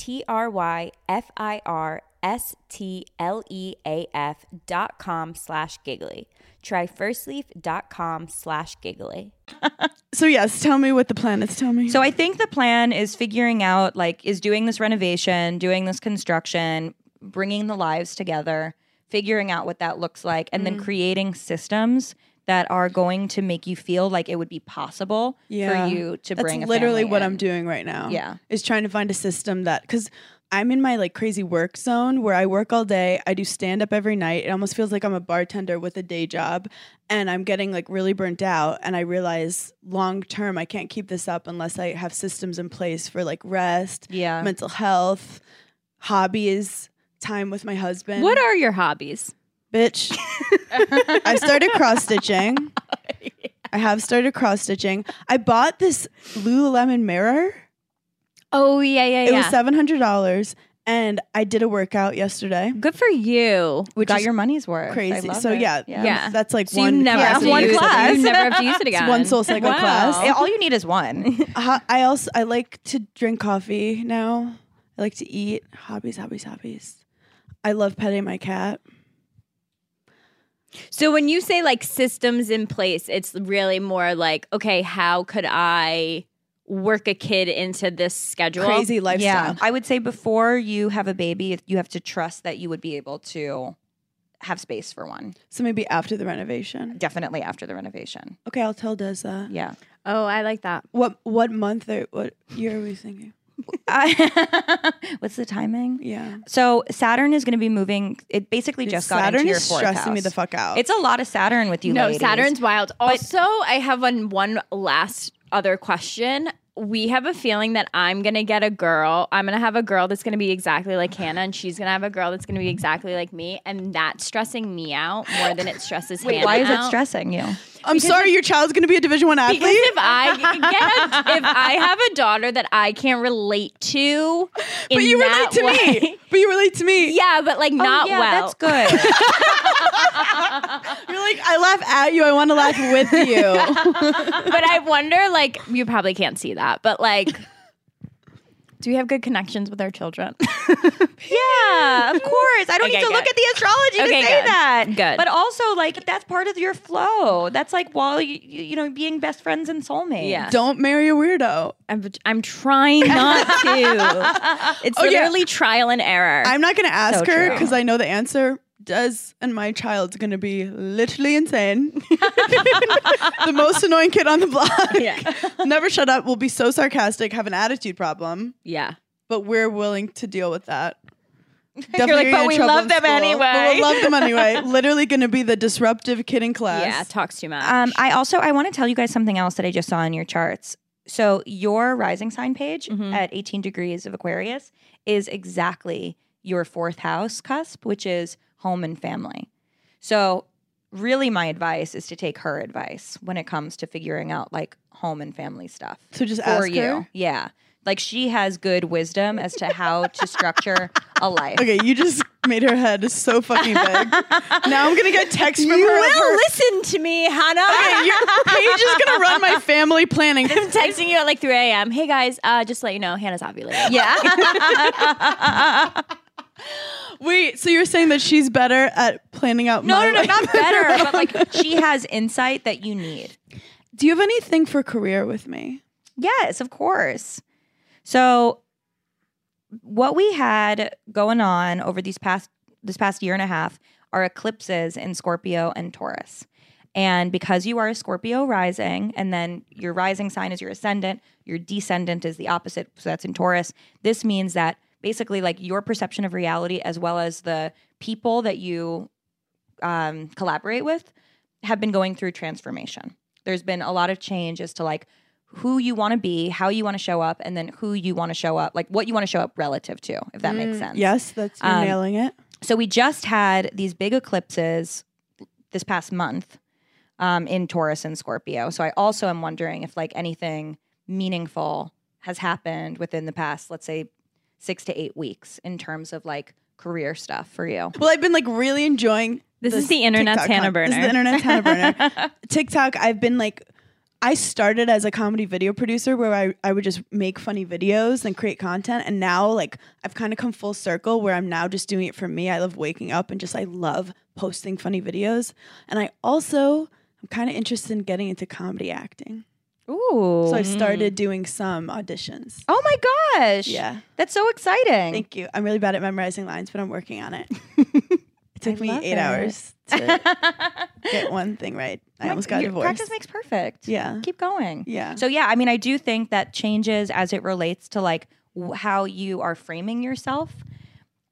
T-R-Y-F-I-R-S-T-L-E-A-F E dot com slash giggly. Try firstleaf.com slash giggly.
So yes, tell me what the planets tell me.
So I think the plan is figuring out like is doing this renovation, doing this construction, bringing the lives together, figuring out what that looks like and
Mm.
then creating systems that are going to make you feel like it would be possible
Yeah.
for you to
That's
bring a
literally
family
what
in.
I'm doing right now.
Yeah.
Is trying to find a system that cuz I'm in my like crazy work zone where I work all day, I do stand up every night. It almost feels like I'm a bartender with a day job and I'm getting like really burnt out and I realize long term I can't keep this up unless I have systems in place for like rest,
Yeah.
mental health, hobbies, time with my husband.
What are your hobbies?
bitch. I started cross stitching. I have started cross stitching. I bought this Lululemon mirror.
Oh, yeah, yeah,
It was seven hundred dollars, and I did a workout yesterday.
Good for you.
Which
got
is
your money's worth. I
crazy.
love
So
it.
yeah,
Yeah.
that's like
So
one.
you never
class.
have to
One
use
class.
It. You never have to use it again.
one soul cycle class.
Yeah, all you need is one.
Uh, I also I like to drink coffee now. I like to eat. Hobbies, hobbies, hobbies. I love petting my cat.
So when you say like systems in place, it's really more like, okay, how could I work a kid into this schedule?
Crazy lifestyle.
Yeah, I would say before you have a baby, you have to trust that you would be able to have space for one.
So maybe after the renovation.
Definitely after the renovation.
Okay, I'll tell Des that.
Yeah.
Oh, I like that.
What what month or what year are we thinking?
What's the timing?
Yeah.
So Saturn is going to be moving. It basically just got
Saturn
into your
is
fourth
stressing
house.
me the fuck out.
It's a lot of Saturn with you.
no,
ladies.
Saturn's wild. Also, I have one one last other question. We have a feeling that I'm gonna get a girl. I'm gonna have a girl that's gonna be exactly like Hannah, and she's gonna have a girl that's gonna be exactly like me, and that's stressing me out more than it stresses Hannah.
Why is it
out.
stressing you?
I'm sorry, your child's gonna be a Division One athlete.
Because if I get a, if I have a daughter that I can relate to, in
but you relate
that
to
way-
me. But you relate to me.
Yeah, but like not
Oh, yeah,
well.
That's good.
You're like, I laugh at you. I want to laugh with you.
But I wonder, like, you probably can't see that, but like, do we have good connections with our children?
yeah, of course. I don't
Okay,
need to
good.
look at the astrology
Okay,
to say
good.
that.
Good.
But also, like, that's part of your flow. That's like while you, you you know being best friends and soulmates.
Yeah.
Don't marry a weirdo.
I'm, I'm trying not to. It's
Oh, yeah.
literally trial and error.
I'm not gonna ask
So
her
true.
because I know the answer. Does and my child's gonna be literally insane. the most annoying kid on the block. Never shut up. Will be so sarcastic. Have an attitude problem.
yeah.
But we're willing to deal with that.
You're
Definitely
like,
gonna get
but we
in trouble
love
in
them
school, But
anyway.
we'll love them anyway. Literally gonna be the disruptive kid in class.
Yeah, talks too much.
Um, I also I want to tell you guys something else that I just saw in your charts. So your rising sign page
Mm-hmm.
at 18 degrees of Aquarius is exactly your fourth house cusp, which is home and family. So really my advice is to take her advice when it comes to figuring out like home and family stuff.
So just
for
ask
you.
her?
Yeah. Like she has good wisdom as to how to structure a life.
Okay, you just made her head so fucking big. now I'm gonna get text from
you
her. of
will
her-
listen to me, Hannah.
Okay, your page is gonna run my family planning.
I'm texting you at like 3 a.m. Hey guys, uh, just to let you know, Hannah's ovulating. Yeah.
Wait, so you're saying that she's better at planning out?
No,
my
no, no,
life.
not better, but like she has insight that you need.
Do you have anything for career with me?
Yes, of course. So what we had going on over these past this past year and a half are eclipses in Scorpio and Taurus. And because you are a Scorpio rising and then your rising sign is your ascendant, your descendant is the opposite, so that's in Taurus. This means that basically like your perception of reality as well as the people that you um, collaborate with have been going through transformation. There's been a lot of change as to like who you want to be, how you want to show up, and then who you want to show up, like what you want to show up relative to, if that
Mm.
makes sense.
Yes, that's you're
Um,
nailing it.
So we just had these big eclipses this past month um, in Taurus and Scorpio. So I also am wondering if like anything meaningful has happened within the past, let's say, six to eight weeks in terms of like career stuff for you.
Well, I've been like really enjoying.
This is the internet's
TikTok
Hannah
con- This is
Burner.
the internet's Hannah Burner. TikTok. I've been like, I started as a comedy video producer where I, I would just make funny videos and create content, and now like I've kind of come full circle where I'm now just doing it for me. I love waking up and just I love posting funny videos, and I also I'm kind of interested in getting into comedy acting.
Ooh.
So I've started doing some auditions.
Mm. oh my gosh.
Yeah.
That's so exciting.
Thank you. I'm really bad at memorizing lines, but I'm working on it. It took me
love
eight
it.
hours to get one thing right. I
My-
almost got
your
divorced.
Practice makes perfect.
Yeah.
Keep going.
Yeah.
So yeah, I mean, I do think that changes as it relates to like w- how you are framing yourself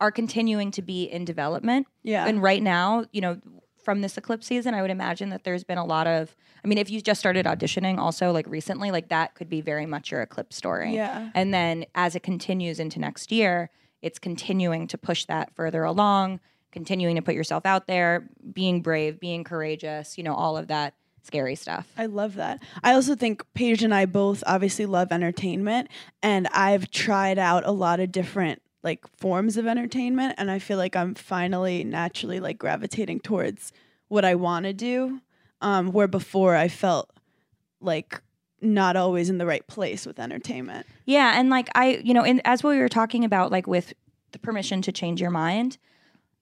are continuing to be in development.
Yeah.
And right now, you know, from this eclipse season, I would imagine that there's been a lot of. I mean, if you just started auditioning, also like recently, like that could be very much your eclipse story.
Yeah.
And then as it continues into next year, it's continuing to push that further along, continuing to put yourself out there, being brave, being courageous. You know, all of that scary stuff.
I love that. I also think Paige and I both obviously love entertainment, and I've tried out a lot of different like forms of entertainment, and I feel like I'm finally naturally like gravitating towards what I want to do. Um, where before I felt like not always in the right place with entertainment.
Yeah, and like I, you know, and as we were talking about, like with the permission to change your mind,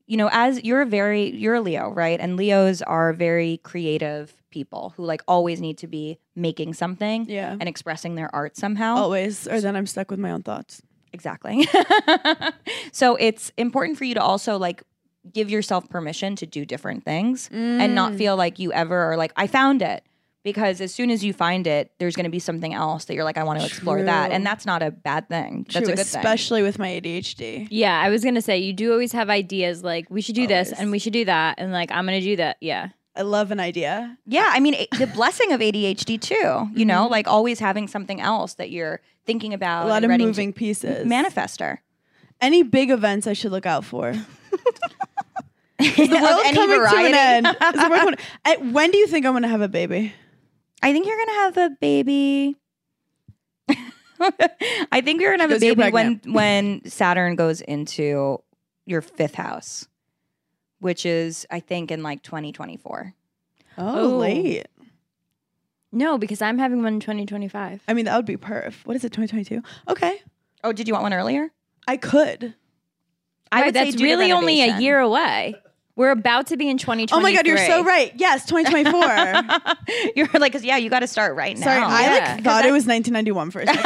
you know, as you're a very you're a Leo, right? And Leos are very creative people who like always need to be making something
Yeah. Oh.
and expressing their art somehow.
Always, or then I'm stuck with my own thoughts.
Exactly. so it's important for you to also like give yourself permission to do different things and
Mm.
not feel like you ever are like, I found it. Because as soon as you find it, there's going to be something else that you're like, I want to explore that.
True.
And that's not a bad thing.
True,
that's a good thing.
especially with my ADHD.
Yeah, I was gonna say you do always have ideas like we should do this
Always.
and we should do that and like I'm gonna do that. Yeah.
I love an idea.
Yeah, I mean, it- the blessing of ADHD too, you
Mm-hmm.
know, like always having something else that you're thinking about.
A lot
and
of
ready to-
moving pieces.
Manifester.
any big events I should look out for?
Is
The world coming to an end. Is the world coming- Uh, when do you think I'm going to have a baby?
I think you're gonna have a baby. I think you're gonna have a
Because you're
baby when when Saturn goes into your fifth house, which is I think in like 2024.
Oh,
Oh.
late.
No, because I'm having one in 2025.
I mean, that would be perf. What is it, 2022? Okay.
Oh, did you want one earlier?
I could.
I
Right,
say
that's
do the
really only a
renovation.
year away. We're about to be in 2023.
Oh my God, you're so right. Yes, 2024. Sorry,
you're like, 'cause, yeah, you got to start right now.
I
Yeah.
like thought it was 1991 for a second.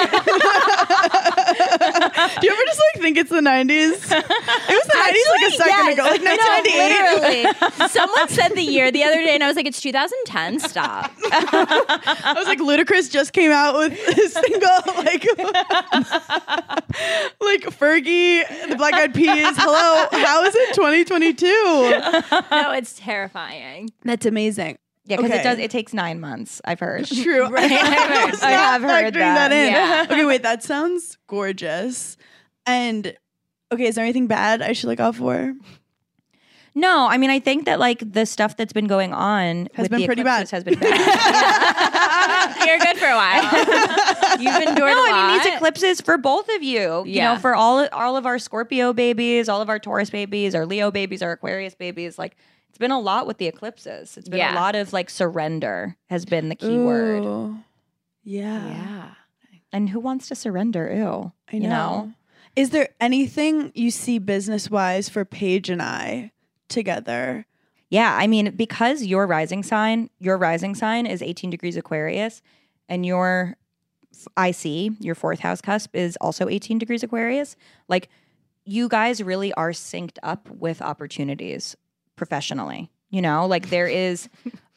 do you ever just like think it's the 90s? It was the 90s like a second
yes.
ago, like
No,
1998.
literally. Someone said the year the other day, and I was like, "It's 2010." Stop.
I was like, Ludacris just came out with a single, like, like Fergie, the Black Eyed Peas. Hello, how is it 2022?
No, it's terrifying.
That's amazing.
yeah, because
okay.
it does. It takes nine months. I've heard.
True. I, was
I
not
have heard
factoring that.
that,
in.
yeah.
Okay, wait, that sounds gorgeous. And okay, is there anything bad I should look out for?
No, I mean I think that like the stuff that's been going on
Has
with
been
the
pretty
eclipses
bad.
Has been bad.
You're good for a while. You've endured a
no,
lot.
I mean these eclipses for both of you. You
Yeah.
know, for all all of our Scorpio babies, all of our Taurus babies, our Leo babies, our Aquarius babies. Like it's been a lot with the eclipses. It's been a
Yeah.
lot of like surrender has been the key word.
Ooh. Yeah.
yeah.
And who wants to surrender? Ew.
I know. Is there anything you see business wise for Paige and I together?
Yeah, I mean because your rising sign, your rising sign is 18 degrees Aquarius, and your IC, your fourth house cusp, is also 18 degrees Aquarius. Like, you guys really are synced up with opportunities professionally. You know, like there is,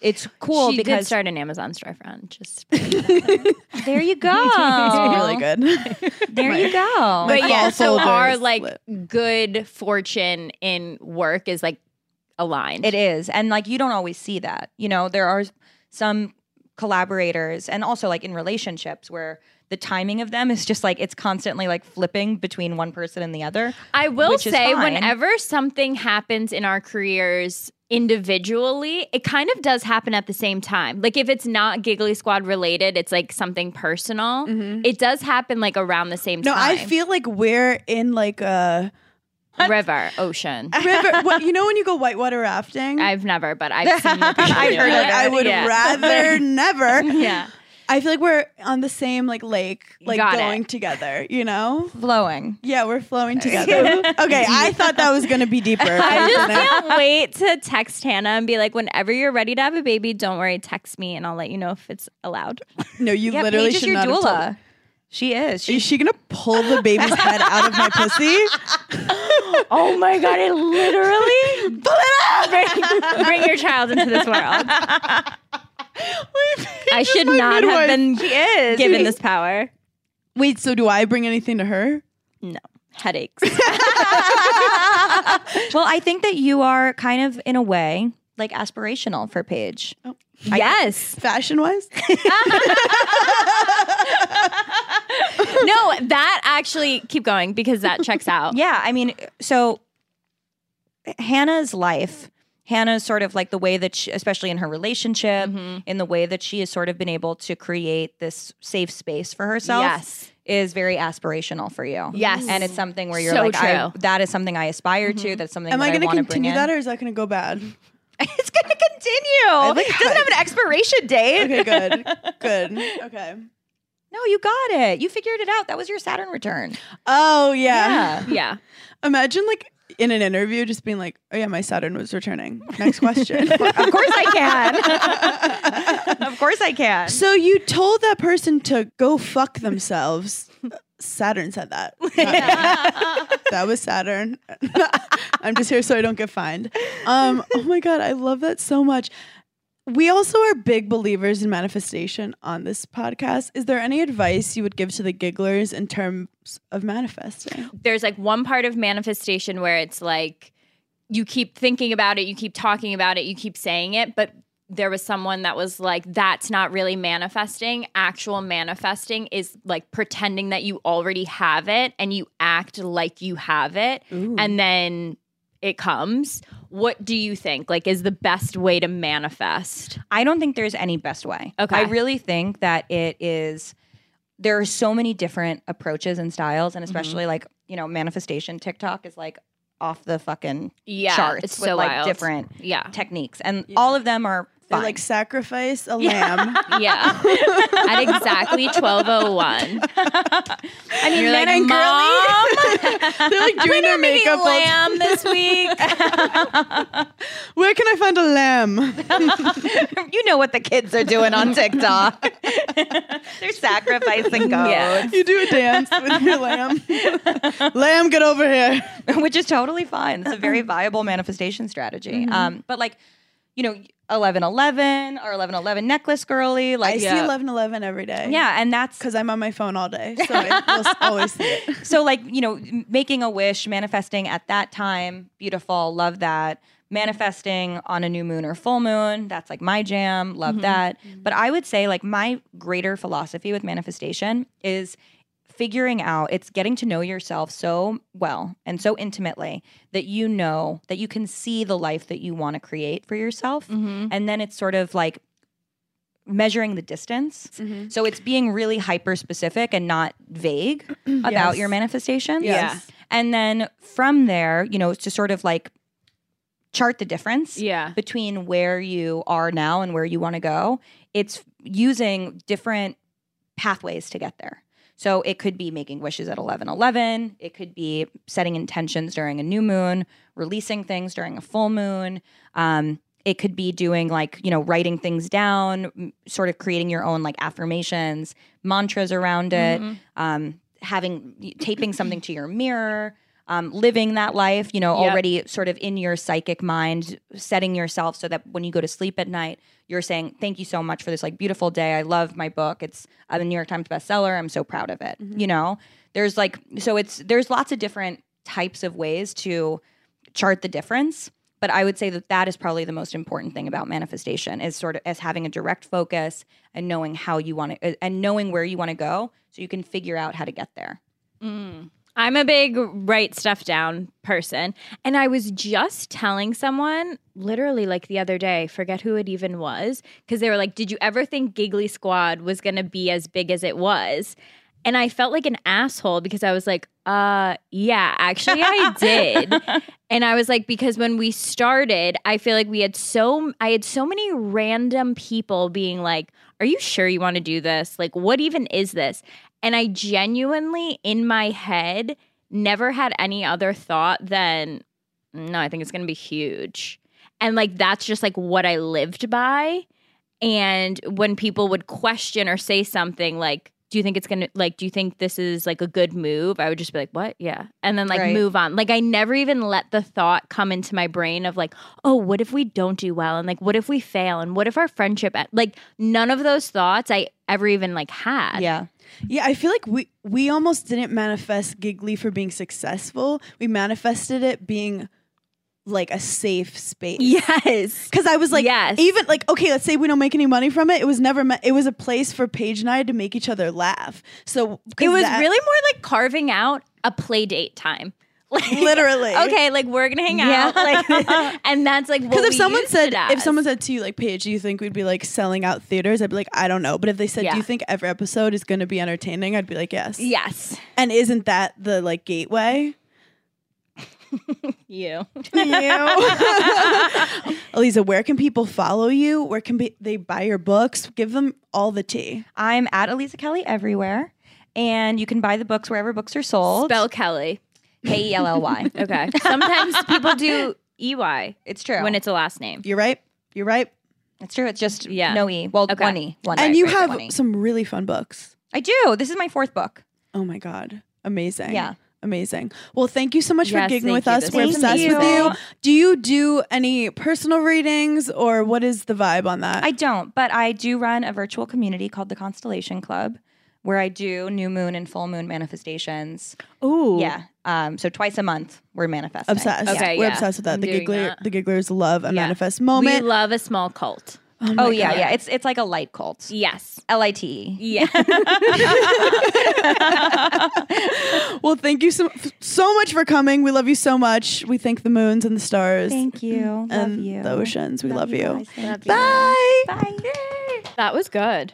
it's cool
she did
because
start an Amazon storefront. Just
there you go.
It's really good.
There you go.
Like
but yeah,
all
so our
folders
like
lit.
good fortune in work is like aligned.
It is. And like you don't always see that. You know, there are some collaborators and also like in relationships where the timing of them is just like it's constantly like flipping between one person and the other.
I will
which is
say,
fine.
whenever something happens in our careers individually, it kind of does happen at the same time. Like if it's not Giggly Squad related, it's like something personal. It does happen like around the same
Mm-hmm. No,
time.
I feel like we're in like a
river, ocean.
river. what, you know when you go whitewater rafting?
I've never, but I've seen. the
Like,
picture.
I, would
Yeah.
rather never.
Yeah.
I feel like we're on the same like lake, like
Got it.
going together. You know?
Flowing.
Yeah, we're flowing together. okay, I thought that was gonna be deeper.
I just
Didn't it?
can't wait to text Hannah and be like, whenever you're ready to have a baby, don't worry, text me and I'll let you know if it's allowed.
no, you
Yeah,
literally
Paige is
should
your
not have told-
doula. She is. She
Is she gonna pull the baby's head out of my pussy?
Oh my god, it literally bring, bring your child into this world. I should
my
not
midwife.
have been given this power.
Wait, so do I bring anything to her?
Headaches.
well, I think that you are kind of in a way like aspirational for Paige.
yes.
Fashion wise?
No, that actually keep going because that checks out.
Yeah, I mean, so Hannah's life, Hannah's sort of like the way that, she, especially in her relationship, in the way that she has sort of been able to create this safe space for herself,
Yes.
is very aspirational for you.
Yes.
and it's something where you're
So
like, I,
true. Mm-hmm.
that is something I aspire to. That's something
Am
that
I
I
gonna
want to bring
continue
in.
that or is that gonna go bad?
it's going to continue.
like
it doesn't have an expiration date.
Okay, good. good. Okay.
No, you got it. You figured it out. That was your Saturn return.
Oh yeah.
Yeah.
Imagine like in an interview just being like, "Oh yeah, my Saturn was returning." Next question.
of course I can. of course I can.
so you told that person to go fuck themselves. Saturn said that. not me. that was Saturn. I'm just here so I don't get fined. Um, oh my god, I love that so much. We also are big believers in manifestation on this podcast. Is there any advice you would give to the gigglers in terms of manifesting?
there's like one part of manifestation where it's like you keep thinking about it, you keep talking about it, you keep saying it, but there was someone that was like, that's not really manifesting. Actual manifesting is like pretending that you already have it and you act like you have it and then it comes. What do you think? Like, is the best way to manifest?
I don't think there's any best way.
Okay.
I really think that it is there are so many different approaches and styles and
Mm-hmm.
especially like, you know, manifestation TikTok is like off the fucking
Yeah.
charts
It's
with
so
like
wild.
different
Yeah.
techniques and all of them are
They
fine.
like sacrifice a lamb.
Yeah. At exactly 1201.
I mean,
You're
men
like,
and girly.
Mom,
They're like doing their makeup. all-
lamb this week.
Where can I find a lamb?
you know what the kids are doing on TikTok. They're sacrificing goats,
Yeah.
You do a dance with your lamb. lamb, get over here.
which is totally fine. It's a very viable manifestation strategy. Um, but like, you know, eleven eleven or eleven eleven necklace girly,
I
like
see eleven eleven every day.
Yeah, and that's
because I'm on my phone all day, so I will s- always see it.
so like, you know, m- making a wish, manifesting at that time, beautiful, love that. Manifesting on a new moon or full moon, that's like my jam, love that. But I would say like my greater philosophy with manifestation is figuring out it's getting to know yourself so well and so intimately that you know that you can see the life that you want to create for yourself and then it's sort of like measuring the distance
Mm-hmm.
so it's being really hyper specific and not vague about
Yes.
your manifestations
Yes.
and then from there you know it's to sort of like chart the difference
Yeah.
between where you are now and where you want to go it's using different pathways to get there so it could be making wishes at 11 11. It could be setting intentions during a new moon, releasing things during a full moon. Um, It could be doing like, you know, writing things down, m- sort of creating your own like affirmations, mantras around
Mm-hmm.
it, um, having taping something to your mirror, um, living that life, you know,
Yep.
already sort of in your psychic mind, setting yourself so that when you go to sleep at night, you're saying, Thank you so much for this like beautiful day. I love my book. It's a New York Times bestseller. I'm so proud of it. You know, there's like, so it's, there's lots of different types of ways to chart the difference but i would say that that is probably the most important thing about manifestation is sort of as having a direct focus and knowing how you want to and knowing where you want to go so you can figure out how to get there
I'm a big write stuff down person. And I was just telling someone, literally like the other day, forget who it even was, because they were like, Did you ever think Giggly Squad was going to be as big as it was? And I felt like an asshole because I was like, uh, yeah, actually I did. and I was like, because when we started, I feel like we had so I had so many random people being like, Are you sure you want to do this? Like, what even is this? And I genuinely, in my head, never had any other thought than, no, I think it's going to be huge. And like, that's just like what I lived by. And when people would question or say something like, do you think it's going to, like, do you think this is like a good move? I would just be like, what? Yeah. And then like
Right.
move on. Like, I never even let the thought come into my brain of like, oh, what if we don't do well? And like, what if we fail? And what if our friendship, e-, like, none of those thoughts I ever even like had.
yeah
Yeah, I feel like we we almost didn't manifest Giggly for being successful. We manifested it being like a safe space.
Yes.
Cause I was like,
Yes.
even like, okay, let's say we don't make any money from it. It was never meant. It was a place for Paige and I to make each other laugh. So 'cause
It was
that-
really more like carving out a play date time. Like
Literally.
Okay, like we're gonna hang out. Like and that's like
because
because
if someone said if someone said to you like Paige, do you think we'd be like selling out theaters? I'd be like, I don't know. But if they said,
Yeah.
do you think every episode is going to be entertaining? I'd be like, yes.
Yes.
And isn't that the like gateway?
You.
you. Elisa, where can people follow you? Where can be, they buy your books? Give them all the tea.
i'm at elisa kelly everywhere and you can buy the books wherever books are sold
Spell Kelly. E
k-e-l-l-y
Okay. Sometimes people do EY
it's true
when it's a last name.
You're right. You're right.
it's true it's just
Yeah.
no e well
Okay.
one e one
and
right,
you
right,
have
one E.
some really fun books.
i do this is my fourth book
Oh my God. Amazing.
Yeah.
Amazing. Well, thank you so much
Yes,
for gigging
thank
with
you.
us.
This
We're
was
obsessed with you.
amazing.
Do you do any personal readings or what is the vibe on that?
I don't, but I do run a virtual community called the Constellation Club where I do new moon and full moon manifestations.
Ooh.
Yeah. Um, so twice a month we're manifesting.
obsessed.
Yeah.
Okay,
We're
yeah.
obsessed with that.
I'm
the
doing
giggler,
that.
the gigglers love a
Yeah.
manifest
We
moment.
love a small cult.
my
Oh yeah,
God.
yeah. It's it's like a light cult.
Yes.
L I T E.
Yeah.
Well, thank you so so much for coming. We love you so much. We thank the moons and the stars
Thank
Mm-hmm.
you.
Um,
Love
and
you.
the oceans. We love, you.
guys. Thank you.
Bye. Uh,
Bye.
that was good.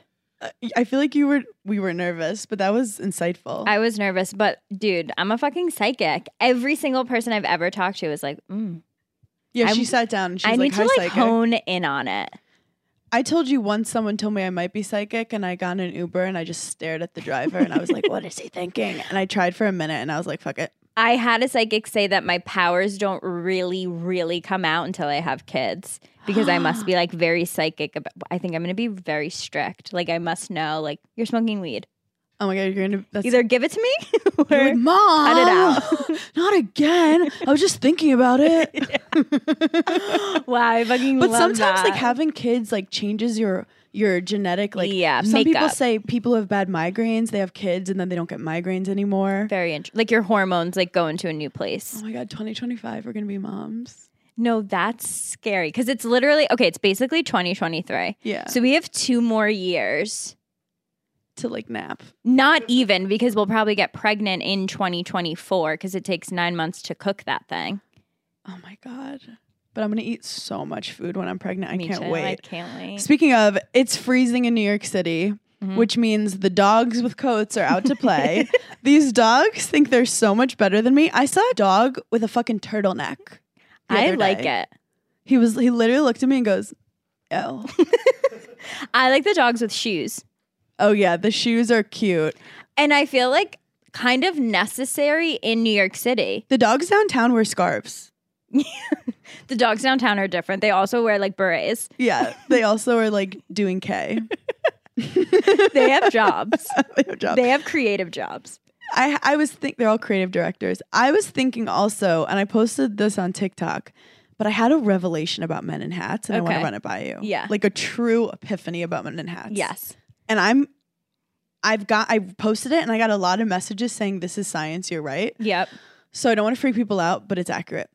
I feel like you were we were nervous, but that was insightful.
I was nervous, but dude, I'm a fucking psychic. Every single person I've ever talked to is like, mm,
yeah, she
I'm-
sat down and she
I
was like,
need
"Hi,
to like
psychic."
hone in on it.
I told you once someone told me I might be psychic, and I got in an Uber and I just stared at the driver and I was like, "What is he thinking?" And I tried for a minute and I was like, "Fuck it."
I had a psychic say that my powers don't really, really come out until I have kids because I must be like very psychic. About, I think I'm going to be very strict. Like I must know, like you're smoking weed.
Oh my god, you're gonna that's
Either give it to me
You're like,
or
mom.
cut it out.
Not again. I was just thinking about it.
wow, I fucking
But
love
sometimes like
that.
having kids like changes your your genetic like
Yeah,
some people
makeup.
say people who have bad migraines, they have kids and then they don't get migraines anymore.
very interesting. Like your hormones like go into a new place.
Oh my god, 2025 we're going to be moms.
No, that's scary because it's literally okay. It's basically 2023.
Yeah.
So we have two more years.
To like nap.
Not even because we'll probably get pregnant in 2024 because it takes nine months to cook that thing.
Oh my god. But I'm going to eat so much food when I'm pregnant. I
Me
can't
too. I
wait.
can't wait. Mm-hmm.
Speaking of, it's freezing in New York City. Which means the dogs with coats are out to play. These dogs think they're so much better than me. I saw a dog with a fucking turtleneck. the
I
other
like
day.
it.
He was he literally looked at me and goes, "Oh,
I like the dogs with shoes.
oh yeah, the shoes are cute."
And I feel like kind of necessary in New York City.
The dogs downtown wear scarves.
The dogs downtown are different. They also wear like berets.
Yeah, they also are like doing K.
They have jobs.
They have jobs.
they have creative jobs.
I I was think they're all creative directors. I was thinking also, and I posted this on TikTok, but I had a revelation about men in hats, and I want to
Okay.
run it by you.
Yeah.
like a true epiphany about men in hats.
Yes.
and I'm. I've got I posted it and I got a lot of messages saying this is science you're right.
Yep.
So I don't want to freak people out, but it's accurate.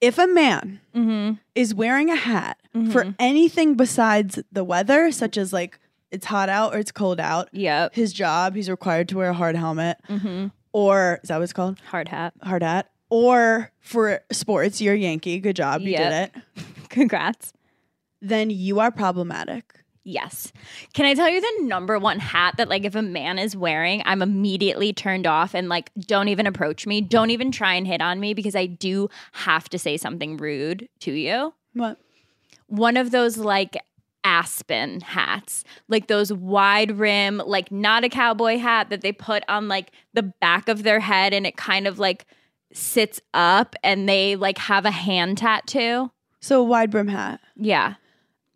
If a man
Mm-hmm.
is wearing a hat for anything besides the weather, such as like it's hot out or it's cold out,
Yep.
his job, he's required to wear a hard helmet,
Mm-hmm.
or is that what it's called?
Hard hat.
Hard hat. Or for sports, you're a Yankee. Good job. You
Yep.
did it.
Congrats.
Then you are problematic.
Yes. Can I tell you the number one hat that, like, if a man is wearing, I'm immediately turned off and, like, don't even approach me. Don't even try and hit on me because I do have to say something rude to you.
What?
One of those, like, aspen hats, like those wide rim, like, not a cowboy hat that they put on, like, the back of their head and it kind of, like, sits up and they, like, have a hand tattoo.
So a wide brim hat.
Yeah.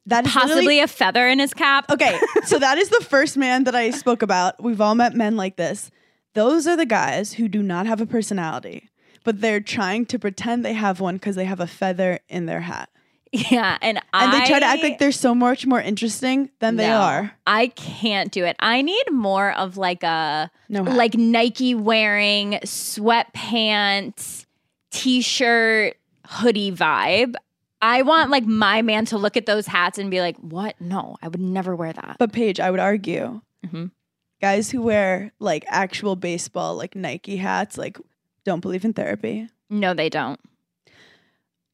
That is literally-
Possibly a feather in his cap.
okay. So that is the first man that I spoke about. We've all met men like this. Those are the guys who do not have a personality, but they're trying to pretend they have one because they have a feather in their hat.
Yeah. And,
And
I
they try to act like they're so much more interesting than they
No,
are.
I can't do it. I need more of like a
No hat.
like Nike wearing sweatpants, t-shirt, hoodie vibe. I want like my man to look at those hats and be like, "What? No, I would never wear that."
But Paige, I would argue,
Mhm.
guys who wear like actual baseball, like Nike hats, like don't believe in therapy.
No, they don't.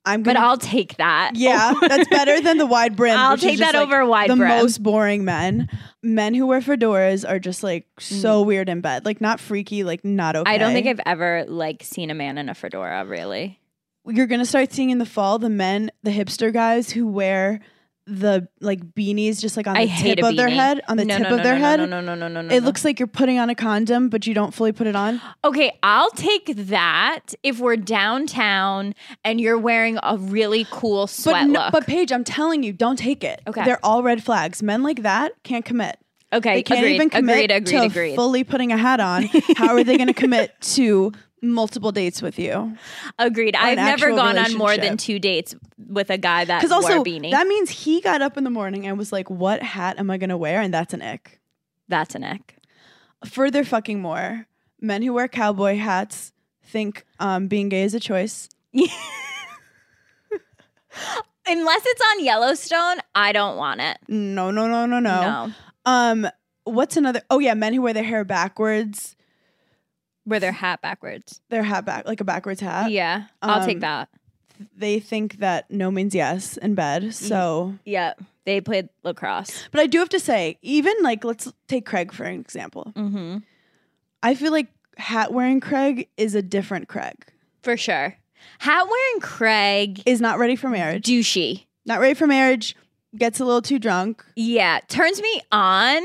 I'm
But
gonna,
I'll take that.
yeah, that's better than the wide brim.
I'll
which is
take
just,
that
like,
over wide
the
brim.
most boring men. Men who wear fedoras are just like so weird in bed, like not freaky, like not okay.
Mm. I don't think I've ever like seen a man in a fedora, really.
you're gonna start seeing in the fall the men, the hipster guys who wear the like beanies just like on
I
the
hate
tip
a
of their
beanie.
head, on the
no,
tip
no,
of
no,
their
no,
head.
No, no, no, no, no, no.
It
no.
looks like you're putting on a condom, but you don't fully put it on.
Okay, I'll take that if we're downtown and you're wearing a really cool sweat
but, no-
look.
but Paige, I'm telling you, don't take it.
Okay.
They're all red flags. Men like that can't commit.
okay,
They can't
agreed,
even commit
agreed, agreed,
to
agreed.
fully putting a hat on. How are they going to commit to multiple dates with you?
agreed. I've never
actual
gone on more than
relationship.
two dates with a guy that
Because
wore
also,
a beanie.
that means he got up in the morning and was like, "What hat am I going to wear?" And that's an ick.
That's an ick.
Further fucking more, men who wear cowboy hats think um, being gay is a choice.
Unless it's on Yellowstone, I don't want it.
No, no, no, no, no.
No.
Um, what's another? Oh yeah, men who wear their hair backwards,
Wear their hat backwards.
their hat back like a backwards hat.
yeah, I'll
Uh,
take
um,
that.
they think that no means yes in
Mm-hmm.
bed. So,
Yeah, they played lacrosse.
but I do have to say, even like let's take Craig for an example.
Mm-hmm.
I feel like hat wearing Craig is a different Craig.
For sure. Hat wearing Craig,
Is not ready for marriage.
douchey.
Not ready for marriage. Gets a little too drunk.
Yeah, turns me on,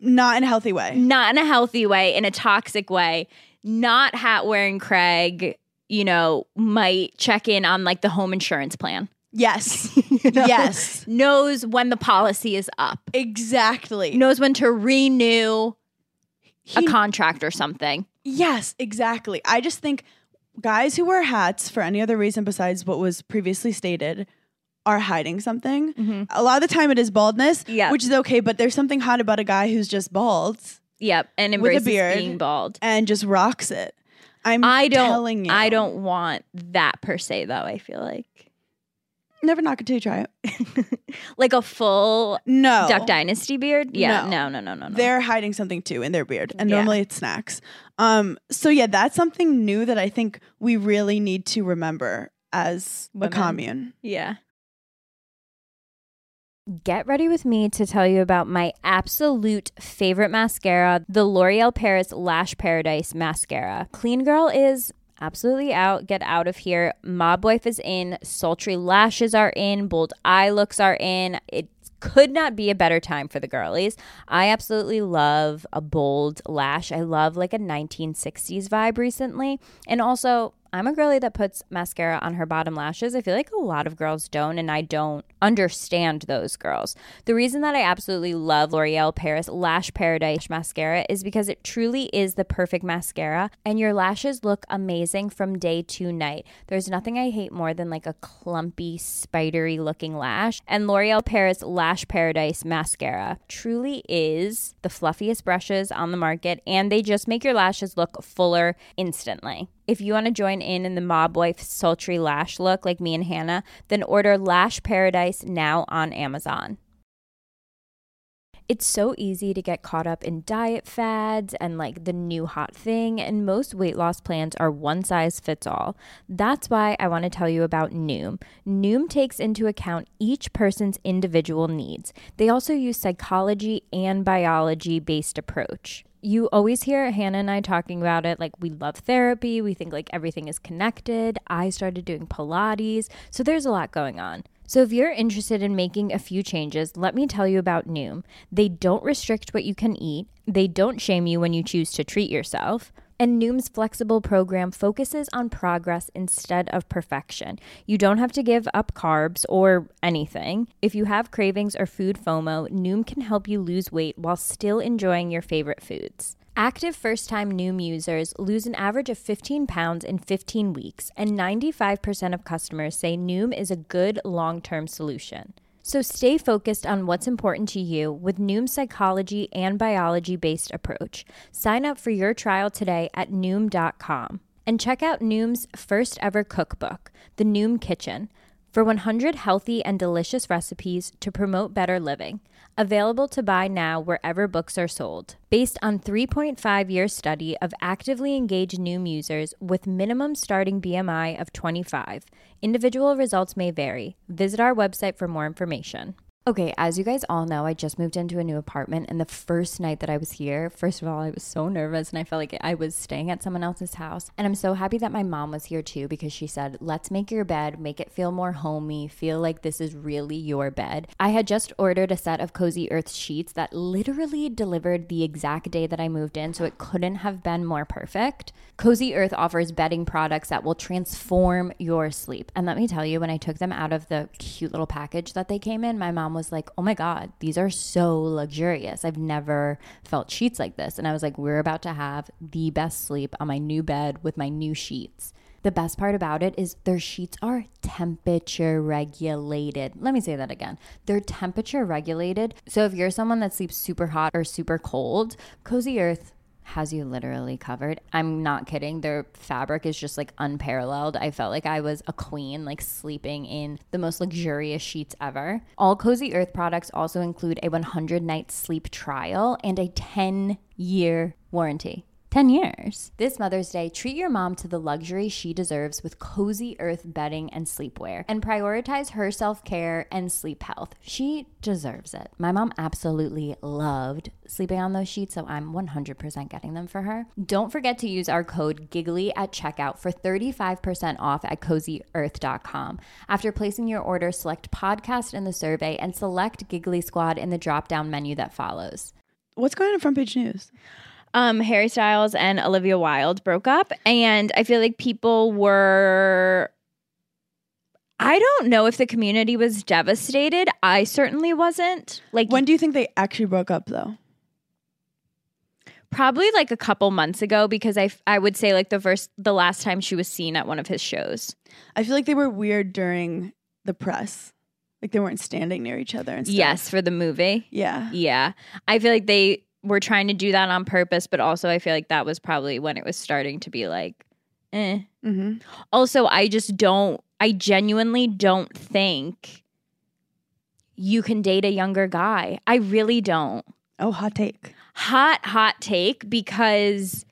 Not in a healthy way.
not in a healthy way, in a toxic way, not hat wearing Craig, you know, might check in on like the home insurance plan,
Yes. Yes.
knows when the policy is up,
Exactly.
knows when to renew a
He-
contract or something.
yes. Exactly. I just think guys who wear hats for any other reason besides what was previously stated are hiding something.
Mhm.
A lot of the time it is baldness,
Yeah.
which is okay, but there's something hot about a guy who's just bald
Yep. And
With a
embraces
beard.
being bald.
and just rocks it. I'm
I
telling
don't
you.
I don't want that per se though, I feel like.
never knock it till you try it.
Like a full
No.
Duck Dynasty beard? Yeah.
Oh. No.
No, no, no, no, no.
They're hiding something too in their beard. And
Yeah.
normally it's snacks. Um so yeah, that's something new that I think we really need to remember as
Women.
a commune.
yeah.
Get ready with me to tell you about my absolute favorite mascara, the L'Oreal Paris Lash Paradise Mascara. Clean Girl is absolutely out. Get out of here. Mob Wife is in. Sultry lashes are in. Bold eye looks are in. It could not be a better time for the girlies. I absolutely love a bold lash. I love like a 1960s vibe recently. And also,
I'm a girly that puts mascara on her bottom lashes. I feel like a lot of girls don't, and I don't understand those girls. The reason that I absolutely love L'Oreal Paris Lash Paradise mascara is because it truly is the perfect mascara, and your lashes look amazing from day to night. There's nothing I hate more than like a clumpy, spidery looking lash, and L'Oreal Paris Lash Paradise mascara truly is the fluffiest brushes on the market, and they just make your lashes look fuller instantly. If you want to join in in the mob wife sultry lash look like me and Hannah, then order Lash Paradise now on Amazon. It's so easy to get caught up in diet fads and like the new hot thing, and most weight loss plans are one size fits all. That's why I want to tell you about Noom. Noom takes into account each person's individual needs. They also use psychology and biology based approach you always hear Hannah and I talking about it. Like, we love therapy. We think like everything is connected. I started doing Pilates. So, there's a lot going on. So, if you're interested in making a few changes, let me tell you about Noom. They don't restrict what you can eat, they don't shame you when you choose to treat yourself. And Noom's flexible program focuses on progress instead of perfection. You don't have to give up carbs or anything. If you have cravings or food FOMO, Noom can help you lose weight while still enjoying your favorite foods. Active first time Noom users lose an average of 15 pounds in 15 weeks, and 95% of customers say Noom is a good long term solution. So stay focused on what's important to you with Noom's psychology and biology based approach. Sign up for your trial today at Noom.com and check out Noom's first ever cookbook, The Noom Kitchen, for 100 healthy and delicious recipes to promote better living. Available to buy now wherever books are sold. Based on 3.5 year study of actively engaged Noom users with minimum starting BMI of 25, individual results may vary. Visit our website for more information. Okay, as you guys all know, I just moved into a new apartment, and the first night that I was here, first of all, I was so nervous and I felt like I was staying at someone else's house. And I'm so happy that my mom was here too because she said, Let's make your bed, make it feel more homey, feel like this is really your bed. I had just ordered a set of Cozy Earth sheets that literally delivered the exact day that I moved in, so it couldn't have been more perfect. Cozy Earth offers bedding products that will transform your sleep. And let me tell you, when I took them out of the cute little package that they came in, my mom was like, Oh my God, these are so luxurious. I've never felt sheets like this. And I was like, We're about to have the best sleep on my new bed with my new sheets. The best part about it is their sheets are temperature regulated. Let me say that again. They're temperature regulated. So if you're someone that sleeps super hot or super cold, Cozy Earth has you literally covered. I'm not kidding. Their fabric is just like unparalleled. I felt like I was a queen, like sleeping in the most luxurious sheets ever. All Cozy Earth products also include a 100 night sleep trial and a 10 year warranty. 10 years. This Mother's Day, treat your mom to the luxury she deserves with cozy earth bedding and sleepwear and prioritize her self care and sleep health. She deserves it. My mom absolutely loved sleeping on those sheets, so I'm 100% getting them for her. Don't forget to use our code GIGGLY at checkout for 35% off at cozyearth.com. After placing your order, select podcast in the survey and select Giggly Squad in the drop down menu that follows.
What's going on in front page news?
um, Harry Styles and Olivia Wilde broke up, and I feel like people were. I don't know if the community was devastated. I certainly wasn't. Like
When do you think they actually broke up, though?
probably like a couple months ago, because I f- I would say like the first the last time she was seen at one of his shows.
I feel like they were weird during the press. Like they weren't standing near each other and stuff.
Yes, for the movie.
Yeah.
Yeah, I feel like they were trying to do that on purpose, but also I feel like that was probably when it was starting to be like, eh.
Mm-hmm.
also i just don't i genuinely don't think you can date a younger guy i really don't
Oh, hot take.
hot hot take because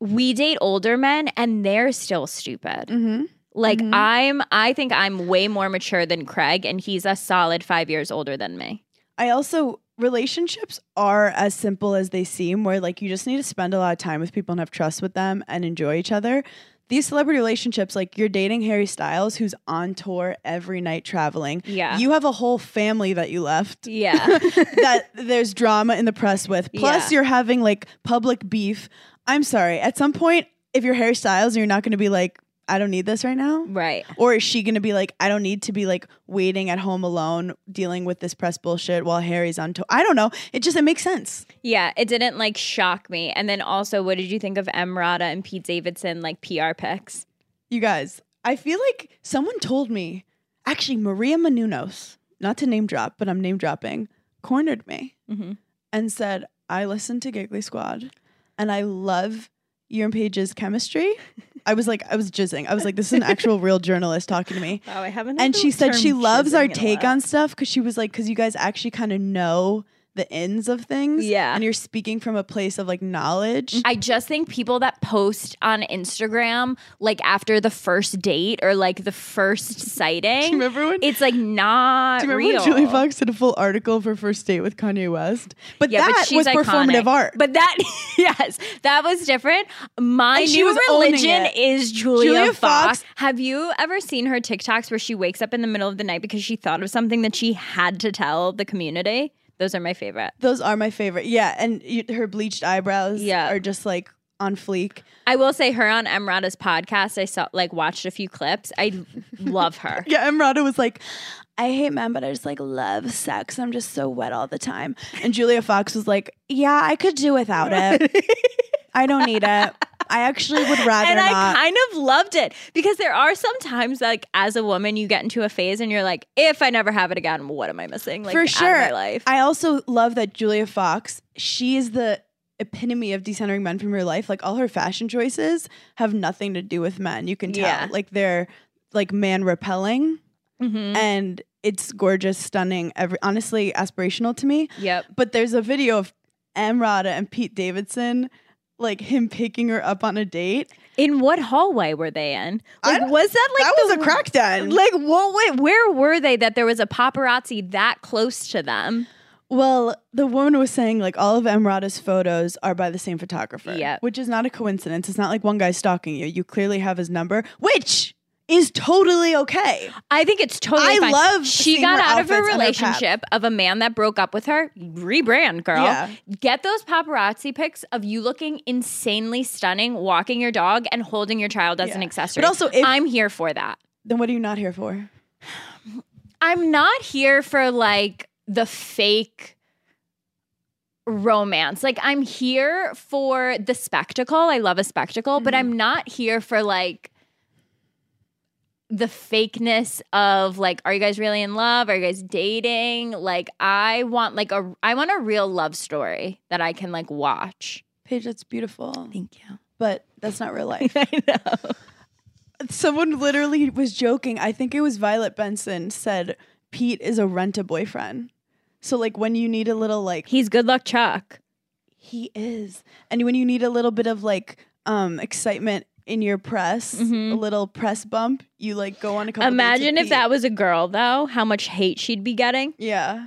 we date older men and they're still stupid
Mm-hmm.
like
Mhm.
i'm i think i'm way more mature than craig and he's a solid five years older than me
I also relationships are as simple as they seem where like you just need to spend a lot of time with people and have trust with them and enjoy each other. These celebrity relationships like you're dating Harry Styles who's on tour every night traveling.
yeah
You have a whole family that you left
yeah
that there's drama in the press with. Plus
Yeah.
you're having like public beef. I'm sorry, at some point if your hair styles and you're not going to be like, I don't need this right now?
Right.
Or is she going to be like, I don't need to be like waiting at home alone dealing with this press bullshit while Harry's on to I don't know. It just it makes sense.
Yeah, it didn't like shock me. And then also, what did you think of M. Rada and Pete Davidson like PR picks?
You guys, I feel like someone told me, actually Maria Menounos, not to name drop, but I'm name dropping, cornered me
Mhm.
and said, I listened to Giggly Squad and I love your and Paige's chemistry. I was like, I was jizzing. I was like, this is an actual real journalist talking to me.
Wow, I haven't. heard
and
the
she said
term
she loves our
jizzing in a
take
while.
on stuff because she was like, because you guys actually kind of know the ends of things.
Yeah.
And you're speaking from a place of like knowledge.
I just think people that post on Instagram like after the first date or like the first sighting,
remember when?
it's like not
Do you remember
real.
when Julie Fox did a full article for First Date with Kanye West? But
Yeah,
that
but
was
she's
performative
iconic.
art.
But that, yes, that was different. My
And she
new
was owning
religion
it.
is Julia,
Julia
Fox.
Fox-
Have you ever seen her TikToks where she wakes up in the middle of the night because she thought of something that she had to tell the community? Those are my favorite.
Those are my favorite. Yeah, and you, her bleached eyebrows
Yeah.
are just like on fleek.
I will say her on Emrata's podcast. I saw like watched a few clips. I love her.
Yeah, Emrata was like, I hate men, but I just like love sex. I'm just so wet all the time. And Julia Fox was like, Yeah, I could do without it. I don't need it. I actually would rather
and I
not.
kind of loved it because there are some times like as a woman you get into a phase and you're like, if I never have it again, what am I missing? Like
For
out of my
sure.
life.
I also love that Julia Fox, she is the epitome of decentering men from your life. Like all her fashion choices have nothing to do with men. You can tell.
Yeah.
Like they're like man repelling
Mhm.
and it's gorgeous, stunning, every honestly aspirational to me.
Yep.
But there's a video of Amrata and Pete Davidson, like him picking her up on a date.
In what hallway were they in?
I
Like,
don't-
was that like the,
crackdown.
Like what? Wait, where were they that there was a paparazzi that close to them?
well, the woman was saying like all of Amrata's photos are by the same photographer.
Yep.
Which is not a coincidence. It's not like one guy's stalking you. You clearly have his number, which is totally okay.
I think it's totally.
I
fine.
love
She
seeing her
got out of a
outfits and her pap.
relationship of a man that broke up with her. Rebrand, girl.
Yeah.
Get those paparazzi pics of you looking insanely stunning, walking your dog, and holding your child as an
Yeah.
accessory.
But also if-
I'm here for that.
Then what are you not here for?
I'm not here for like the fake romance. Like I'm here for the spectacle. I love a spectacle, but I'm not here for like the fakeness of like are you guys really in love? Are you guys dating? Like I want like a I want a real love story that I can like watch.
Paige, that's beautiful.
Thank you.
But that's not real life.
I know.
Someone literally was joking. I think it was Violet Benson said Pete is a rent a boyfriend. So like when you need a little like
He's good luck Chuck.
He is. And when you need a little bit of like um excitement in your press, a
Mhm.
little press bump, you like go on a couple.
Imagine if that was a girl though, how much hate she'd be getting.
Yeah.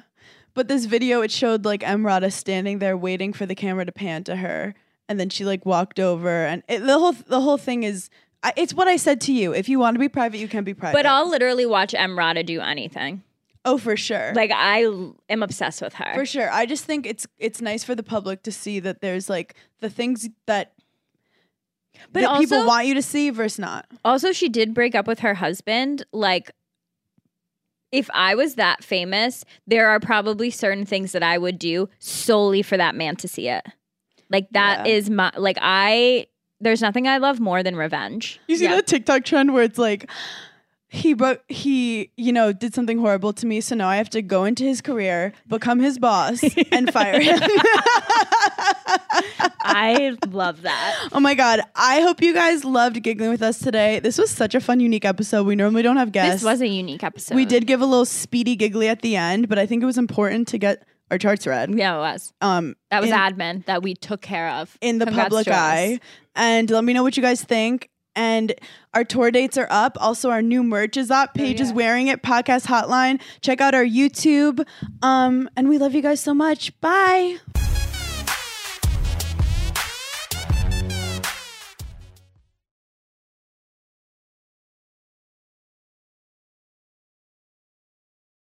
But this video it showed like Emrata standing there waiting for the camera to pan to her, and then she like walked over, and it, the whole the whole thing is. I, it's what I said to you. If you want to be private, you can be private.
But I'll literally watch Emrata do anything.
oh, for sure,
Like I l- am obsessed with her.
for sure. I just think it's it's nice for the public to see that there's like the things that,
But
that people
also-
want you to see versus not.
Also, she did break up with her husband. Like, if I was that famous, there are probably certain things that I would do solely for that man to see it. Like that
Yeah.
is my like I. There's nothing I love more than revenge.
You see
Yeah.
that TikTok trend where it's like he wrote he you know did something horrible to me, so now I have to go into his career, become his boss, and fire him.
I love that.
oh my god! I hope you guys loved giggling with us today. This was such a fun, unique episode. We normally don't have guests.
This was a unique episode.
we did give a little speedy giggly at the end, but I think it was important to get our charts read.
Yeah, it was.
Um,
That was
in-
admin that we took care of
in the
Congrats
public
to us.
eye. And let me know what you guys think. And our tour dates are up. Also, our new merch is up. Paige is wearing it. Podcast Hotline. Check out our YouTube. Um, and we love you guys so much. Bye.